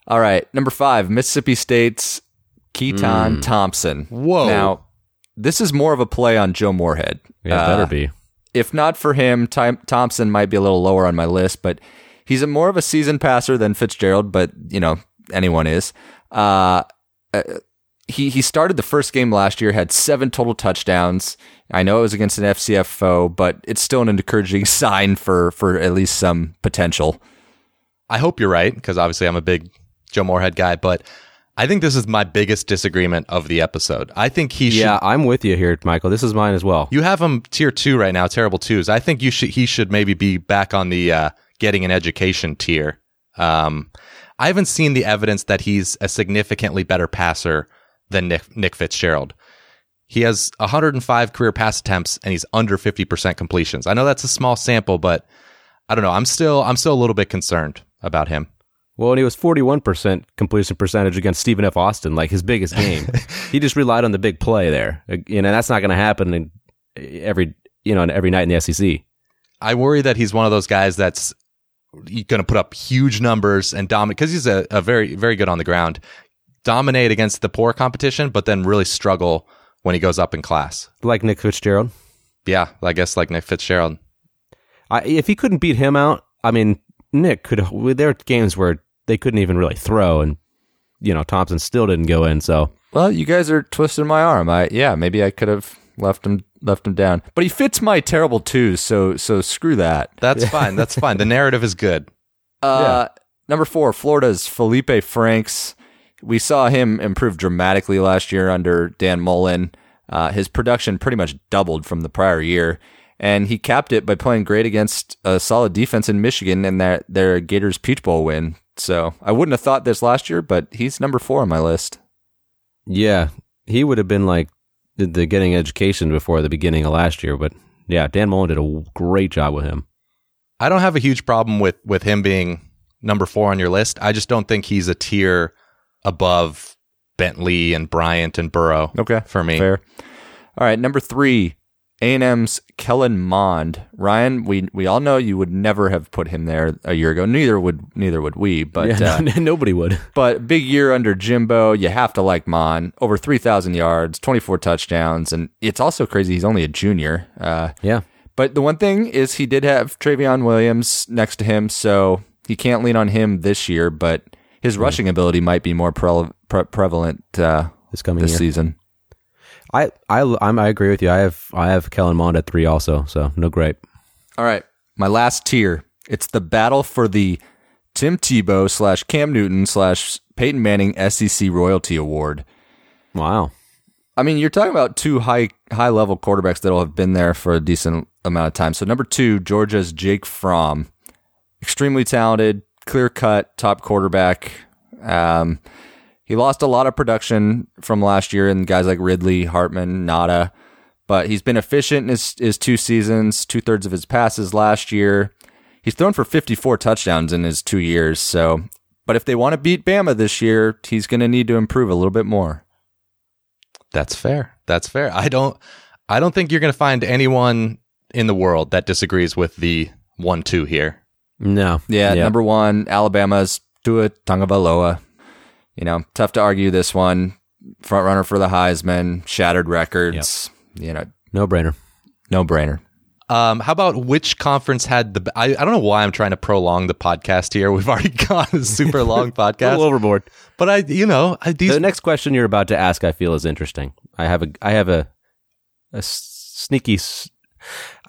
D: All right. Number five, Mississippi State's Keaton
C: Hmm.
D: Thompson.
B: Whoa.
D: Now, this is more of a play on Joe Moorhead.
C: yeah, it
D: Uh,
C: better be.
D: if not for him, Ty- Thompson might be a little lower on my list, but he's a more of a seasoned passer than Fitzgerald, but you know, anyone is. Uh, uh, he he started the first game last year, had seven total touchdowns. I know it was against an FCF foe, but it's still an encouraging sign for for at least some potential.
B: I hope you're right because obviously I'm a big Joe Moorhead guy, but I think this is my biggest disagreement of the episode. I think he should.
C: Yeah, I'm with you here, Michael. This is mine as well.
B: You have him tier two right now, terrible twos. I think you should. He should maybe be back on the uh, getting an education tier. Um, I haven't seen the evidence that he's a significantly better passer than Nick, Nick Fitzgerald. He has 105 career pass attempts and he's under 50% completions. I know that's a small sample, but I don't know. I'm still I'm still a little bit concerned about him.
C: Well, and he was 41% completion percentage against Stephen F. Austin, like his biggest game. he just relied on the big play there. Uh, You know, that's not going to happen in every, you know, in every night in the E SEC.
B: I worry that he's one of those guys that's going to put up huge numbers and dominate because he's a, a very very good on the ground, dominate against the poor competition, but then really struggle when he goes up in class.
C: Like Nick Fitzgerald.
B: Yeah, I guess like Nick Fitzgerald.
C: I, if he couldn't beat him out, I mean, Nick could, there were games where they couldn't even really throw and, you know, Thompson still didn't go in. So
D: Well, you guys are twisting my arm. I yeah, maybe I could have left him left him down, but he fits my terrible twos, so so screw that.
B: That's fine. That's fine. The narrative is good.
D: Uh, Number four, Florida's Felipe Franks. We saw him improve dramatically last year under Dan Mullen. Uh, his production pretty much doubled from the prior year, and he capped it by playing great against a solid defense in Michigan in their, their Gators Peach Bowl win. So I wouldn't have thought this last year, but he's number four on my list.
C: yeah, he would have been like the, the getting education before the beginning of last year. But yeah, Dan Mullen did a great job with him.
B: I don't have a huge problem with with him being number four on your list. I just don't think he's a tier above Bentley and Bryant and Burrow.
D: Okay,
B: for me.
D: Fair. All right, number three, A&M's Kellen Mond. Ryan, we we all know you would never have put him there a year ago. Neither would neither would we. But
C: yeah,
D: uh,
C: nobody would.
D: But big year under Jimbo. You have to like Mon. Over 3,000 yards, 24 touchdowns. And it's also crazy. He's only a junior. Uh,
C: Yeah.
D: but the one thing is he did have Travion Williams next to him. So he can't lean on him this year. But his rushing ability might be more prele- pre- prevalent uh,
C: This coming
D: this
C: year.
D: season.
C: I I I'm, I agree with you. I have I have Kellen Mond at three also, so no gripe.
D: All right. My last tier. It's the battle for the Tim Tebow slash Cam Newton slash Peyton Manning SEC Royalty Award.
C: Wow.
D: I mean, you're talking about two high high level quarterbacks that'll have been there for a decent amount of time. So number two, Georgia's Jake Fromm, extremely talented, clear cut top quarterback. Um, he lost a lot of production from last year in guys like Ridley, Hartman, Nada, but he's been efficient in his, his two seasons, two thirds of his passes last year. He's thrown for 54 touchdowns in his two years. So, but if they want to beat Bama this year, he's going to need to improve a little bit more.
B: That's fair. That's fair. I don't I don't think you're going to find anyone in the world that disagrees with the 1-2 here.
C: No.
D: Yeah, number one, Alabama's Tua Tagovailoa. You know, tough to argue this one. Front runner for the Heisman, shattered records. You know,
C: no brainer.
D: no brainer.
B: Um, how about which conference had the? I, I don't know why I'm trying to prolong the podcast here. We've already got a super long
C: A little
B: podcast,
C: overboard.
B: but I, you know, I, these.
C: The next question you're about to ask, I feel, is interesting. I have a I have a a s- sneaky. s-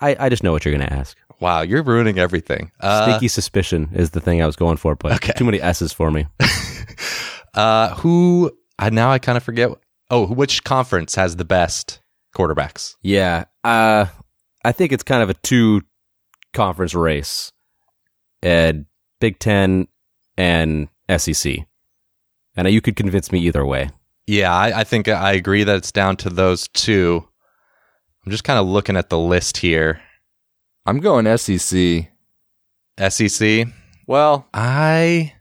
C: I I just know what you're going to ask.
B: wow, you're ruining everything. Uh,
C: sneaky suspicion is the thing I was going for, but
B: Okay.
C: too many s's for me.
B: uh, who? I now I kind of forget. Oh, which conference has the best quarterbacks?
C: Yeah. Uh, I think it's kind of a two conference race. And Big Ten and SEC. And you could convince me either way.
B: Yeah, I, I think I agree that it's down to those two. I'm just kind of looking at the list here.
D: I'm going SEC.
B: SEC.
D: Well,
B: E I.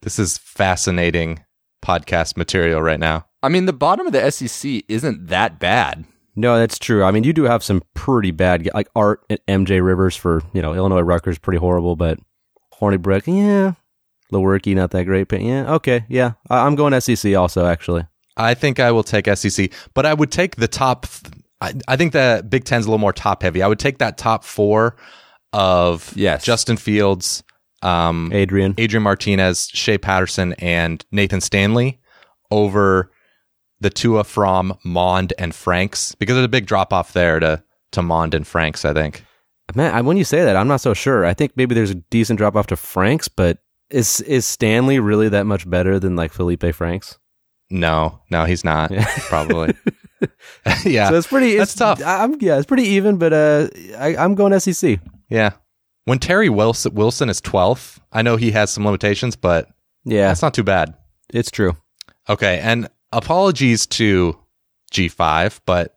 B: This is fascinating podcast material right now.
D: I mean, the bottom of the SEC isn't that bad.
C: No, that's true. I mean, you do have some pretty bad, g- like Art and MJ Rivers for you know Illinois Rutgers, pretty horrible. But Hornibrook, yeah, Lewerke, not that great, but yeah, okay, yeah. I- I'm going SEC also. Actually,
B: I think I will take SEC, but I would take the top. I, I think the Big Ten's a little more top heavy. I would take that top four of
D: Yes.
B: Justin Fields, um,
C: Adrian,
B: Adrian Martinez, Shea Patterson, and Nathan Stanley over the Tua from Mond and Franks because there's a big drop off there to to Mond and Franks. I think
C: man, I, when you say that, I'm not so sure. I think maybe there's a decent drop off to Franks, but is is Stanley really that much better than like Felipe Franks?
B: no, no, he's not
C: Yeah.
B: probably. yeah,
C: So it's pretty.
B: That's
C: It's,
B: tough.
C: I- I'm yeah, it's pretty even, but uh, I, I'm going E SEC.
B: yeah. When Terry Wilson Wilson is 12th, I know he has some limitations, but
C: Yeah,
B: that's not too bad.
C: it's true.
B: Okay, and apologies to G5, but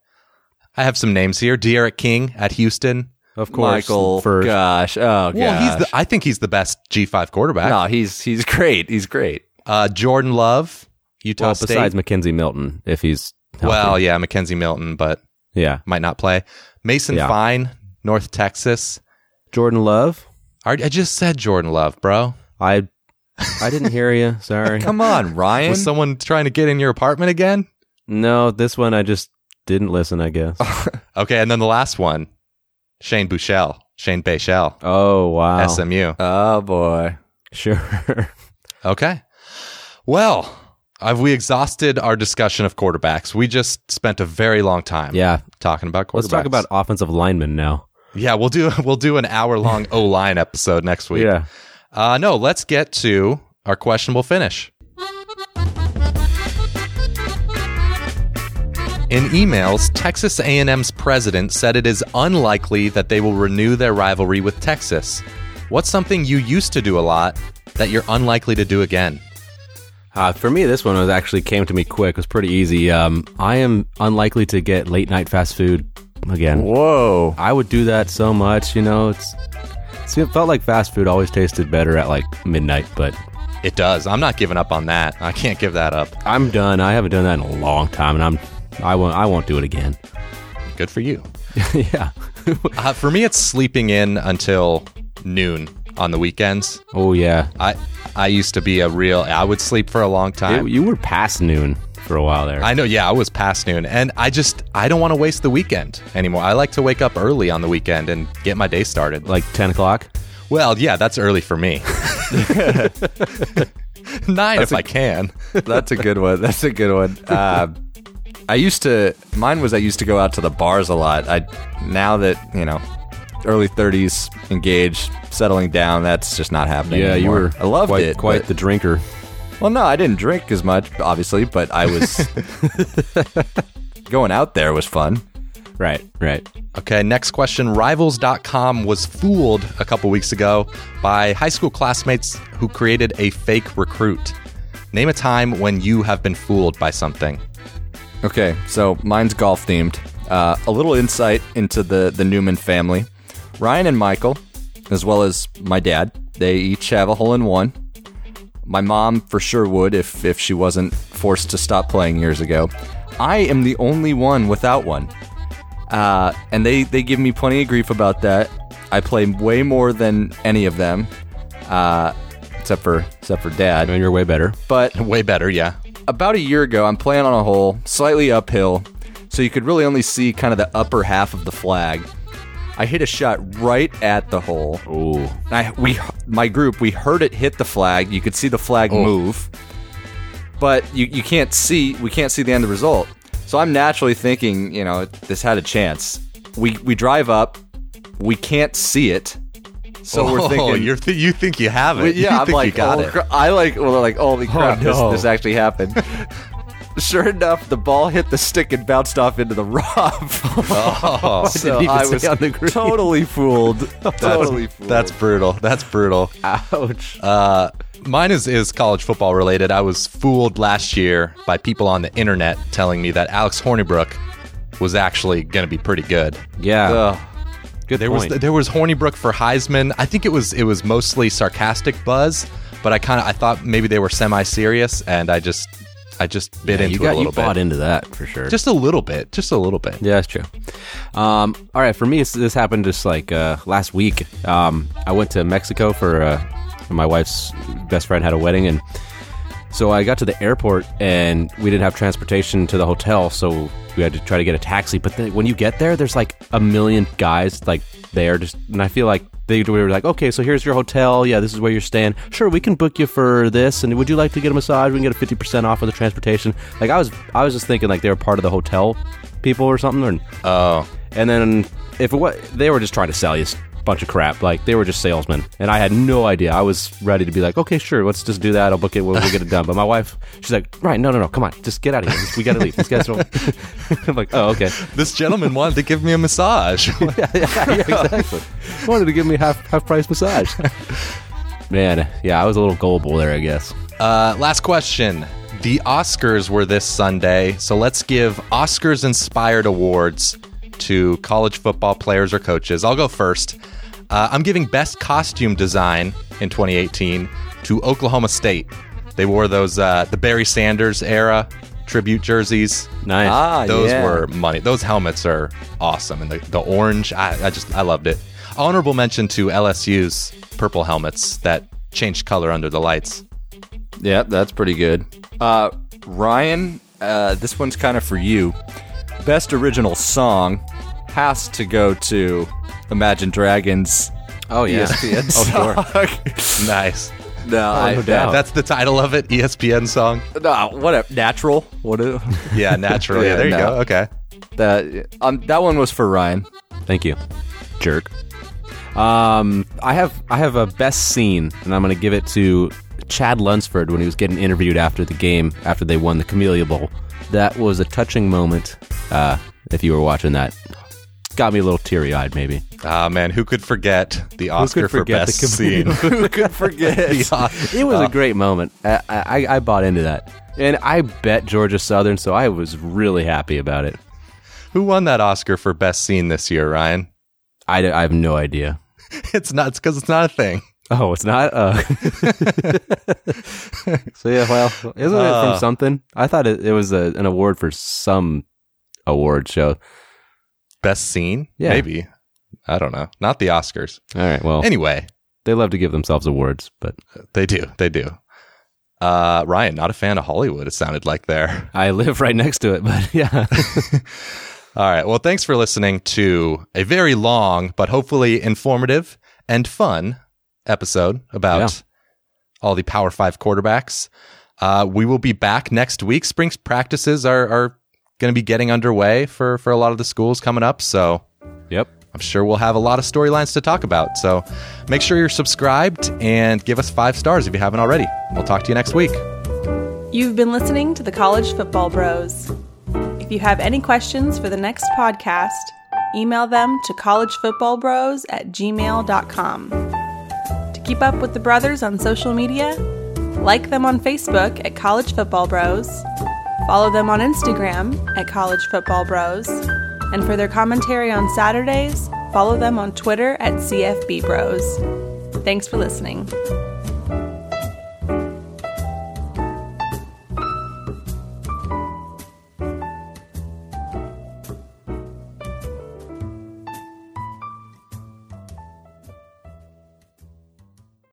B: I have some names here. Derek King at Houston.
C: Of course,
D: Michael,
C: for
D: gosh, oh gosh.
B: Well, he's the, I think he's the best G5 quarterback.
D: no, he's he's great. He's great.
B: Uh, Jordan Love, Utah
C: well,
B: State.
C: besides Mackenzie Milton, if he's healthy.
B: well, yeah, Mackenzie Milton, but
C: yeah,
B: might not play. Mason
C: Yeah.
B: Fine, North Texas.
C: Jordan Love.
B: I, I just said Jordan Love, bro.
C: I I didn't hear you. Sorry.
D: Come on, Ryan.
B: Was someone trying to get in your apartment again?
C: No, this one I just didn't listen. I guess.
B: Okay, and then the last one, Shane Bouchel, Shane Bechel,
C: Oh wow.
B: SMU.
D: oh boy.
C: Sure.
B: Okay. Well, have we exhausted our discussion of quarterbacks? We just spent a very long time
C: yeah.
B: talking about quarterbacks.
C: Let's talk about offensive linemen now.
B: Yeah, we'll do we'll do an hour long O line episode next week.
C: Yeah.
B: Uh, no, let's get to our questionable finish. In emails, Texas A&M's president said it is unlikely that they will renew their rivalry with Texas. What's something you used to do a lot that you're unlikely to do again?
C: Uh, for me, this one was actually came to me quick. It was pretty easy. Um, I am unlikely to get late night fast food again.
D: Whoa.
C: I would do that so much. You know, it's, it's it felt like fast food always tasted better at like midnight, but
B: It does. I'm not giving up on that. I can't give that up.
C: I'm done. I haven't done that in a long time, and I'm I won't I won't do it again.
B: Good for you.
C: yeah.
B: Uh, for me, it's sleeping in until noon on the weekends.
C: Oh yeah.
B: I I used to be a real. I would sleep for a long time.
C: It- you were past noon for a while there.
B: I know. Yeah, I was past noon, and I just I don't want to waste the weekend anymore. I like to wake up early on the weekend and get my day started.
C: like ten o'clock.
B: Well, yeah, that's early for me. Nine if I can.
D: That's a good one. That's a good one. Uh, I used to. Mine was I used to go out to the bars a lot. I now that you know, early thirties, engaged, settling down. That's just not happening. anymore. I loved
C: quite,
D: it.
C: Quite
D: but-
C: the drinker.
D: well, no, I didn't drink as much, obviously, but I was going out there was fun.
C: Right. Right.
B: Okay, next question. Rivals.com was fooled a couple weeks ago by high school classmates who created a fake recruit. Name a time when you have been fooled by something.
D: Okay, so mine's golf themed. Uh, a little insight into the the Newman family. Ryan and Michael, as well as my dad, they each have a hole in one. My mom for sure would if if she wasn't forced to stop playing years ago. I am the only one without one, uh, and they they give me plenty of grief about that. I play way more than any of them, uh, except for except for dad.
C: And you're way better.
D: But
B: Way better, yeah.
D: about a year ago, I'm playing on a hole slightly uphill, so you could really only see kind of the upper half of the flag. I hit a shot right at the hole.
C: Ooh.
D: And I we my group we heard it hit the flag. You could see the flag move, but you you can't see we can't see the end of the result. So I'm naturally thinking, you know, this had a chance. We we drive up, we can't see it, so we're thinking
B: Oh, you're th- you think you have it.
D: but yeah,
B: you
D: I'm
B: think
D: like,
B: you got
D: oh,
B: it.
D: cra- I like, well, like, holy crap,
C: no.
D: this, this actually happened. sure enough, the ball hit the stick and bounced off into the rough.
B: Oh,
D: so
C: even
D: I
C: say
D: was
C: on the green.
D: totally fooled. totally fooled.
B: that's brutal. That's brutal.
C: Ouch.
B: Uh, mine is, is college football related. I was fooled last year by people on the internet telling me that Alex Hornibrook was actually going to be pretty good.
C: yeah.
D: Ugh.
C: Good Good
B: there
C: point.
B: was there was Hornibrook for Heisman. I think it was it was mostly sarcastic buzz, but I kind of I thought maybe they were semi serious, and I just I just bit
C: Yeah,
B: into it
C: you got
B: a
C: you
B: little
C: bought
B: bit,
C: into that for sure.
B: just a little bit, just a little bit.
C: Yeah, that's true. Um, all right, for me, it's, this happened just like uh, last week. Um, I went to Mexico for uh, my wife's best friend had a wedding, and so I got to the airport, and we didn't have transportation to the hotel, so we had to try to get a taxi. But then when you get there, there's like a million guys like there, just and I feel like they we were like, okay, so here's your hotel. Yeah, this is where you're staying. Sure, we can book you for this, and would you like to get a massage? We can get a fifty percent off of the transportation. Like I was, I was just thinking like they were part of the hotel people or something, or
B: Oh,
C: and then if it was, they were just trying to sell you a bunch of crap. Like they were just salesmen, and I had no idea. I was ready to be like, okay, sure, let's just do that. I'll book it. We'll, we'll get it done. But my wife, she's like, right, no, no, no, come on, just get out of here. Just- We gotta leave. This guy's. I'm like, oh, okay.
B: this gentleman wanted to give me a massage.
C: yeah, exactly. Wanted to give me half half price massage. Man, yeah, I was a little gullible there, I guess.
B: Uh, last question. The Oscars were this Sunday, so let's give Oscars inspired awards to college football players or coaches. I'll go first. Uh, I'm giving Best Costume Design in 2018 to Oklahoma State. They wore those, uh, the Barry Sanders era tribute jerseys.
C: Nice.
D: Ah,
B: Those
D: yeah.
B: were money. Those helmets are awesome. And the, the orange, I, I just, I loved it. Honorable mention to LSU's purple helmets that changed color under the lights.
D: Yep, that's pretty good. Uh, Ryan, uh, this one's kind of for you. Best original song has to go to Imagine Dragons.
C: oh
D: E
C: yeah.
D: ESPN
C: oh sure.
D: song.
B: Nice.
D: no, I,
C: no doubt.
B: That's the title of it. E ESPN song.
D: no, whatever. Natural. What? do-
B: Yeah, naturally.
D: Yeah,
B: there you
D: no.
B: go. Okay.
D: that um, that one was for Ryan.
C: Thank you, jerk. Um, I have I have a best scene, and I'm going to give it to Chad Lunsford when he was getting interviewed after the game after they won the Camellia Bowl. That was a touching moment. Uh, if you were watching that, got me a little teary eyed, maybe.
B: Ah man, who could forget the Oscar for
C: forget
B: best
C: the
B: scene?
D: Who could forget?
C: It was a great moment. I, I I bought into that, and I bet Georgia Southern, so I was really happy about it.
B: who won that Oscar for best scene this year, Ryan?
C: I, I have no idea.
B: It's not because it's not a thing.
C: Oh, it's not. Uh, so yeah, well, isn't it
B: Uh.
C: from something? I thought it, it was a, an award for some award show.
B: Best scene?
C: Yeah.
B: Maybe. I don't know. Not the Oscars.
C: All right, well,
B: Anyway,
C: they love to give themselves awards, but
B: they do. They do. Uh, Ryan, not a fan of Hollywood, it sounded like there.
C: I live right next to it. But yeah,
B: All right. Well, thanks for listening to a very long, but hopefully informative and fun episode about
C: Yeah.
B: all the Power Five quarterbacks. Uh, we will be back next week. Spring practices are, are going to be getting underway for, for a lot of the schools coming up. So
C: yep.
B: I'm sure we'll have a lot of storylines to talk about. So make sure you're subscribed and give us five stars if you haven't already. We'll talk to you next week.
A: You've been listening to the College Football Bros. If you have any questions for the next podcast, email them to collegefootballbros at gmail.com. To keep up with the brothers on social media, like them on Facebook at College Football Bros, follow them on Instagram at College Football Bros, and for their commentary on Saturdays, follow them on Twitter at CFB Bros. Thanks for listening.